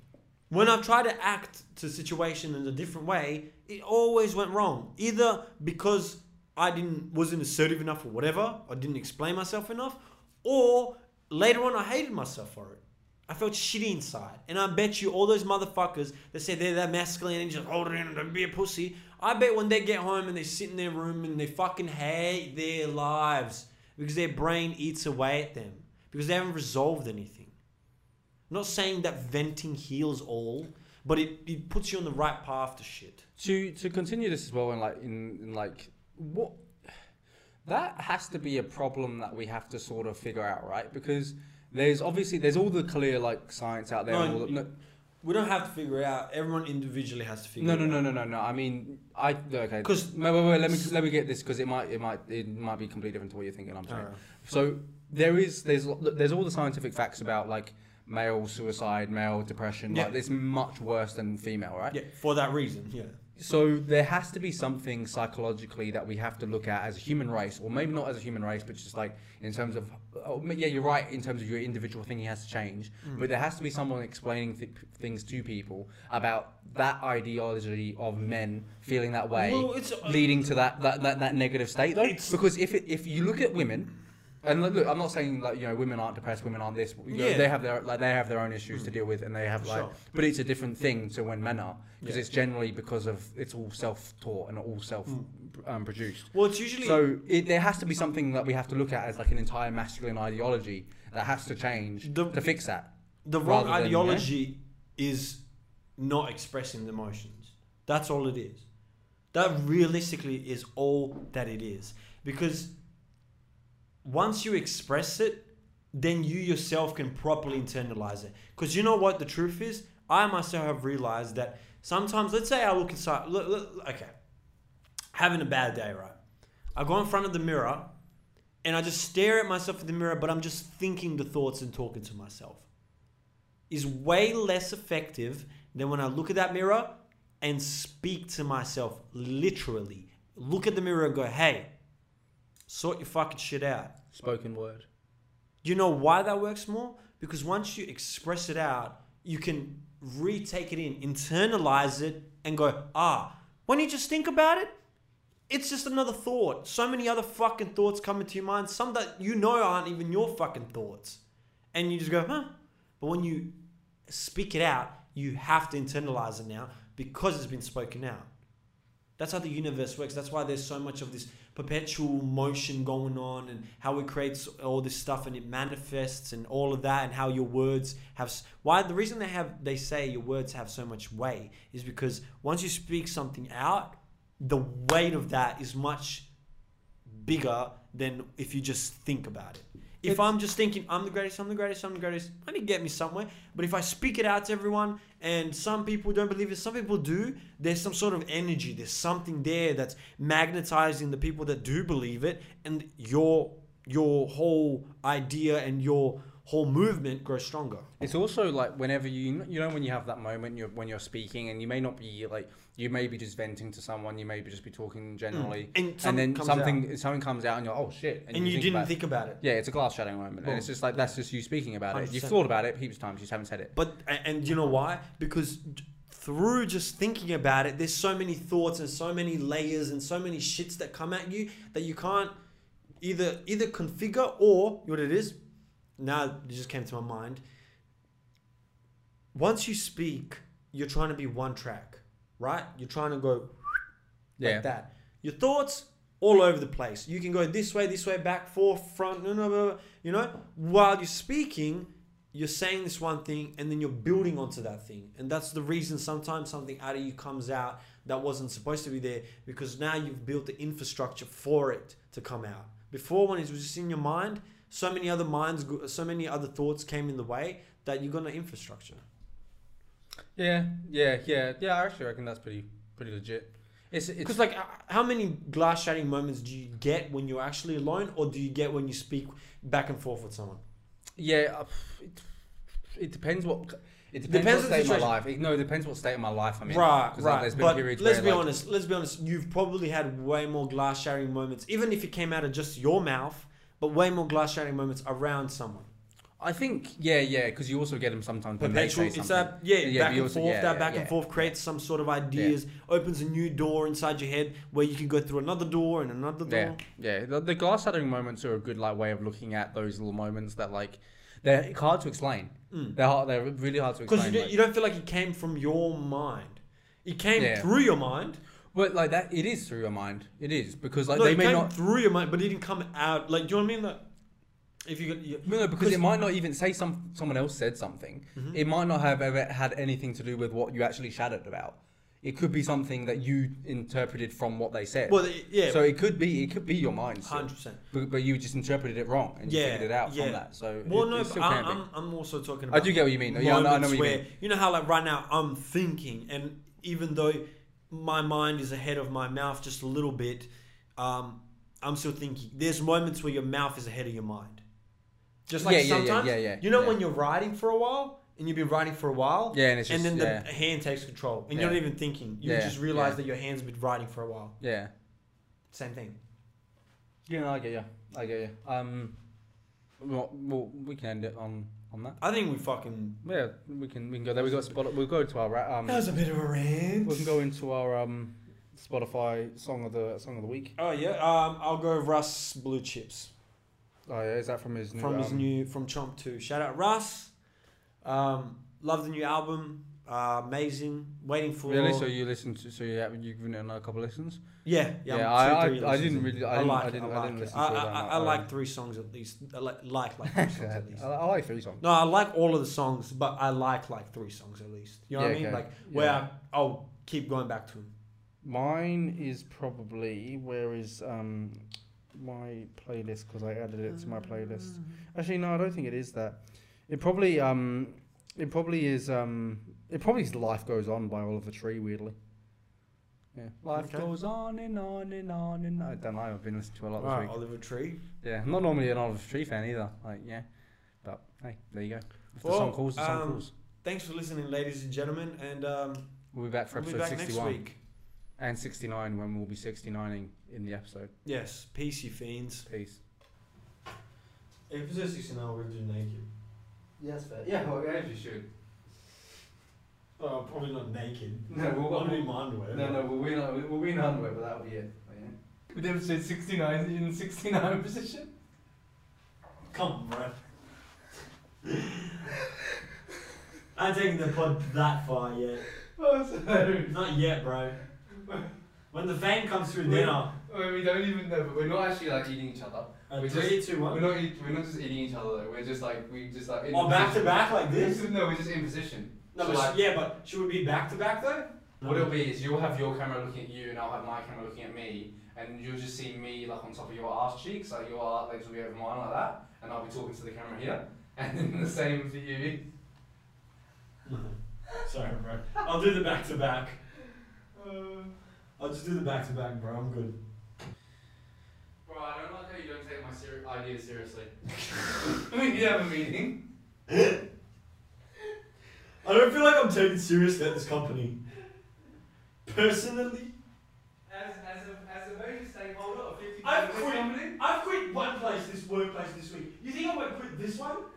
Speaker 2: When I've tried to act to a situation in a different way, it always went wrong. Either because I didn't wasn't assertive enough or whatever, I didn't explain myself enough, or later on I hated myself for it. I felt shitty inside. And I bet you all those motherfuckers that say they're that masculine and just hold it in and don't be a pussy. I bet when they get home and they sit in their room and they fucking hate their lives because their brain eats away at them because they haven't resolved anything. I'm not saying that venting heals all, but it, it puts you on the right path to shit.
Speaker 1: to to continue this as well and like in, in like what that has to be a problem that we have to sort of figure out right because there's obviously there's all the clear like science out there and
Speaker 2: No,
Speaker 1: all the- no,
Speaker 2: We don't have to figure it out. Everyone individually has to figure
Speaker 1: no
Speaker 2: it
Speaker 1: no
Speaker 2: out.
Speaker 1: no no no no i mean i okay
Speaker 2: 'Cause-
Speaker 1: wait, wait, wait, let me let me get this because it might it might it might be completely different to what you're thinking i'm saying
Speaker 2: Alright.
Speaker 1: so there is there's lo- there's all the scientific facts about like male suicide male depression
Speaker 2: Yeah.
Speaker 1: like it's much worse than female right
Speaker 2: Yeah, for that reason. Yeah.
Speaker 1: So there has to be something psychologically that we have to look at as a human race, or maybe not as a human race, but just like in terms of, oh, ma- yeah, you're right. In terms of your individual thing, has to change,
Speaker 2: Mm.
Speaker 1: but there has to be someone explaining th- things to people about that ideology of men feeling that way,
Speaker 2: Well, it's- uh,
Speaker 1: leading to that that, that, that negative state. Though, because if it, if you look at women. And look, look, I'm not saying like you know women aren't depressed, women aren't this. You know,
Speaker 2: Yeah.
Speaker 1: They have their like they have their own issues to deal with, and they have like.
Speaker 2: Hmm. Sure.
Speaker 1: But it's a different thing to when men are because
Speaker 2: Yeah. Hmm.
Speaker 1: it's generally because of it's all self-taught and all self-produced.
Speaker 2: Well, it's usually
Speaker 1: so it, there has to be something that we have to look at as like an entire masculine ideology that has to change
Speaker 2: The-
Speaker 1: to fix that.
Speaker 2: the
Speaker 1: rather
Speaker 2: wrong
Speaker 1: than, yeah.
Speaker 2: ideology is not expressing the emotions. That's all it is. That realistically is all that it is. Because once you express it, then you yourself can properly internalize it. Because you know what the truth is? I myself have realized that sometimes, let's say I look inside, look, look, okay, having a bad day, right? I go in front of the mirror and I just stare at myself in the mirror, but I'm just thinking the thoughts and talking to myself is way less effective than when I look at that mirror and speak to myself literally. Look at the mirror and go, hey, sort your fucking shit out.
Speaker 1: Spoken word.
Speaker 2: You know why that works more? Because once you express it out, you can retake it in, internalize it, and go, ah, when you just think about it, it's just another thought. So many other fucking thoughts come into your mind, some that you know aren't even your fucking thoughts. And you just go, huh? But when you speak it out, you have to internalize it now because it's been spoken out. That's how the universe works. That's why there's so much of this perpetual motion going on and how it creates all this stuff and it manifests and all of that and how your words have s- why the reason they have they say your words have so much weight is because once you speak something out, the weight of that is much bigger than if you just think about it. If
Speaker 1: It's-
Speaker 2: I'm just thinking I'm the greatest, I'm the greatest, I'm the greatest, let me get me somewhere. But if I speak it out to everyone, and some people don't believe it, some people do. There's some sort of energy. There's something there that's magnetizing the people that do believe it, and your your whole idea and your whole movement grows stronger.
Speaker 1: It's also like whenever you you know when you have that moment you're, when you're speaking and you may not be like you may be just venting to someone you may be just be talking generally
Speaker 2: Hmm. And something
Speaker 1: then
Speaker 2: comes
Speaker 1: something something comes out and you're oh shit
Speaker 2: And, you, didn't
Speaker 1: about it.
Speaker 2: think about it.
Speaker 1: yeah it's a glass shattering moment and it's just like that's just you speaking about it you've
Speaker 2: 100%.
Speaker 1: thought about it heaps of times you just haven't said it
Speaker 2: But and- and you know why? Because j- through just thinking about it, there's so many thoughts and so many layers and so many shits that come at you that you can't either either configure or you know what it is. Now it just came to my mind. Once you speak, you're trying to be one track, right? You're trying to go
Speaker 1: yeah
Speaker 2: like that. Your thoughts all over the place. You can go this way, this way, back, forth, front, no, no, no, no, you know. While you're speaking, you're saying this one thing and then you're building onto that thing. And that's the reason sometimes something out of you comes out that wasn't supposed to be there because now you've built the infrastructure for it to come out. Before when it was just in your mind, so many other minds, go- so many other thoughts came in the way that you got no infrastructure.
Speaker 1: Yeah, yeah, yeah, yeah. I actually reckon that's pretty pretty legit. It's it's
Speaker 2: Because like, h- how many glass shattering moments do you get when you're actually alone, or do you get when you speak back and forth with someone?
Speaker 1: yeah. uh, It, it depends what it depends,
Speaker 2: Depends on
Speaker 1: what
Speaker 2: the
Speaker 1: state of my
Speaker 2: situation.
Speaker 1: life. It, no, it depends what state of my life I'm in.
Speaker 2: right,
Speaker 1: 'Cause, like,
Speaker 2: right.
Speaker 1: there's been
Speaker 2: but
Speaker 1: periods
Speaker 2: let's
Speaker 1: where,
Speaker 2: be
Speaker 1: like-
Speaker 2: honest. Let's be honest. You've probably had way more glass shattering moments, even if it came out of just your mouth. But way more glass shattering moments around someone.
Speaker 1: I think yeah, yeah, because you also get them sometimes. when they
Speaker 2: Perpetual.
Speaker 1: say
Speaker 2: It's
Speaker 1: something.
Speaker 2: that
Speaker 1: but
Speaker 2: yeah, back
Speaker 1: you
Speaker 2: and
Speaker 1: also-
Speaker 2: forth.
Speaker 1: yeah,
Speaker 2: that
Speaker 1: yeah,
Speaker 2: back
Speaker 1: yeah.
Speaker 2: and forth creates some sort of ideas, opens a new door inside your head where you can go through another door and another door.
Speaker 1: Yeah, yeah. The, the glass shattering moments are a good like way of looking at those little moments that like They're hard to explain.
Speaker 2: Mm.
Speaker 1: They're hard, they're really hard to
Speaker 2: Because you,
Speaker 1: explain.
Speaker 2: do,
Speaker 1: like-
Speaker 2: you don't feel like it came from your mind. It came
Speaker 1: Yeah.
Speaker 2: through your mind.
Speaker 1: but like that, it is through your mind. It is because like
Speaker 2: no,
Speaker 1: they
Speaker 2: it
Speaker 1: may
Speaker 2: came
Speaker 1: not.
Speaker 2: through your mind, but it didn't come out. Like, do you know what I mean? Like, if you, got- you
Speaker 1: No, no, because it
Speaker 2: because- Mm-hmm.
Speaker 1: might not even say some someone else said something. It might not have ever had anything to do with what you actually shouted about. It could be something that you interpreted from what they said.
Speaker 2: well, it- yeah,
Speaker 1: So it could be it could be your mind, still.
Speaker 2: hundred percent.
Speaker 1: but, but you just interpreted it wrong and you
Speaker 2: Yeah,
Speaker 1: figured it out
Speaker 2: yeah.
Speaker 1: from that. So
Speaker 2: Well,
Speaker 1: it,
Speaker 2: no,
Speaker 1: it
Speaker 2: but
Speaker 1: still
Speaker 2: I,
Speaker 1: can be.
Speaker 2: I'm, I'm also talking
Speaker 1: I
Speaker 2: about.
Speaker 1: do get what you mean. though. Yeah, I know, I know
Speaker 2: moments
Speaker 1: what you
Speaker 2: where,
Speaker 1: mean.
Speaker 2: you know how like right now I'm thinking, and even though my mind is ahead of my mouth just a little bit, um, I'm still thinking. There's moments where your mouth is ahead of your mind. Just like
Speaker 1: Yeah, yeah, yeah,
Speaker 2: sometimes,
Speaker 1: yeah, yeah,
Speaker 2: you know,
Speaker 1: yeah.
Speaker 2: when you're writing for a while and you've been writing for a while,
Speaker 1: Yeah, and it's just-
Speaker 2: then the
Speaker 1: yeah.
Speaker 2: hand takes control,
Speaker 1: Yeah.
Speaker 2: and you're not even thinking. You
Speaker 1: Yeah,
Speaker 2: just realize
Speaker 1: yeah.
Speaker 2: that your hand's been writing for a while.
Speaker 1: Yeah.
Speaker 2: Same thing.
Speaker 1: Yeah, no, I get you. I get you. Um, well, well, we can end it on on that.
Speaker 2: I think we fucking.
Speaker 1: Yeah, we can we can go there. We got spot. We'll go to our ra- um.
Speaker 2: That was a bit of a rant.
Speaker 1: We can go into our um Spotify song of the song of the week.
Speaker 2: Oh yeah, um, I'll go Russ Blue Chips.
Speaker 1: Oh yeah, is that from his new
Speaker 2: from his
Speaker 1: um,
Speaker 2: new from Chomp Two. Shout out Russ. Um, love the new album. Uh, amazing. Waiting for
Speaker 1: Really? So you listen to? So you have, you've given it another couple of listens?
Speaker 2: yeah
Speaker 1: Yeah,
Speaker 2: I'm
Speaker 1: I-
Speaker 2: two, three
Speaker 1: I- I didn't
Speaker 2: listens in.
Speaker 1: really- I didn't- I
Speaker 2: it,
Speaker 1: didn't- I
Speaker 2: like
Speaker 1: didn't
Speaker 2: it.
Speaker 1: listen to it
Speaker 2: I, I,
Speaker 1: that
Speaker 2: I,
Speaker 1: much.
Speaker 2: I
Speaker 1: I
Speaker 2: like
Speaker 1: don't-
Speaker 2: three songs at least. I like like, like three songs
Speaker 1: I,
Speaker 2: at least.
Speaker 1: I like three songs.
Speaker 2: No, I like all of the songs, but I like like three songs at least. You know what
Speaker 1: Yeah,
Speaker 2: I mean?
Speaker 1: okay.
Speaker 2: Like where
Speaker 1: Yeah.
Speaker 2: I, I'll keep going back to them.
Speaker 1: Mine is probably where is um my playlist because I added it to my playlist. Actually, no, I don't think it is that. It probably um it probably is um it probably is Life Goes On by Oliver Tree. Weirdly. Yeah. Life
Speaker 2: Okay.
Speaker 1: goes on and on and on and on. I don't know. I've been listening to a lot this
Speaker 2: Alright,
Speaker 1: week.
Speaker 2: Oliver Tree.
Speaker 1: Yeah, I'm not normally an Oliver Tree fan either. Like, yeah, but hey, there you go. If the
Speaker 2: Well,
Speaker 1: song calls, the song
Speaker 2: um,
Speaker 1: calls.
Speaker 2: Thanks for listening, ladies and gentlemen, and um,
Speaker 1: We'll be back for
Speaker 2: we'll be
Speaker 1: episode
Speaker 2: back next
Speaker 1: 61
Speaker 2: week.
Speaker 1: and 69 when we'll be 69ing in the episode.
Speaker 2: Yes, peace, you fiends.
Speaker 1: Peace.
Speaker 2: If it's a 16 hour, we'll do naked.
Speaker 1: Yes, fair. Yeah, well, yeah, you should.
Speaker 2: Oh, probably not naked.
Speaker 1: No, we'll-
Speaker 2: I'm in my underwear.
Speaker 1: we'll win. We'll win underwear, but that'll be it. With episode 69 in 69 position.
Speaker 2: Come on, bro. I'm taking the pod that far yet.
Speaker 1: Oh, sorry.
Speaker 2: Not yet, bro. When the fame comes through, then I'll.
Speaker 1: we don't even know, but we're not actually like eating each other.
Speaker 2: Uh,
Speaker 1: We
Speaker 2: three, two, one.
Speaker 1: not. Eat, we're not just eating each other though. We're just like we just like.
Speaker 2: Oh, back to back like this?
Speaker 1: No, we're just in position.
Speaker 2: No, but sh- yeah, but should we be back to back though?
Speaker 1: What it'll be is you'll have your camera looking at you, and I'll have my camera looking at me, and you'll just see me like on top of your arse cheeks, like your arse legs will be over mine like that, and I'll be talking to the camera here, and then the same for you.
Speaker 2: Sorry, bro. I'll do the back to back.
Speaker 1: Uh.
Speaker 2: I'll just do the back to back, bro. I'm good.
Speaker 1: Bro, I don't like how you don't take my ser- ideas seriously. we need to have a meeting.
Speaker 2: I don't feel like I'm taken seriously at this company. Personally,
Speaker 1: As as a as a major stakeholder of fifty
Speaker 2: I've quit. I've quit one place, this workplace this week. You think I won't quit this one?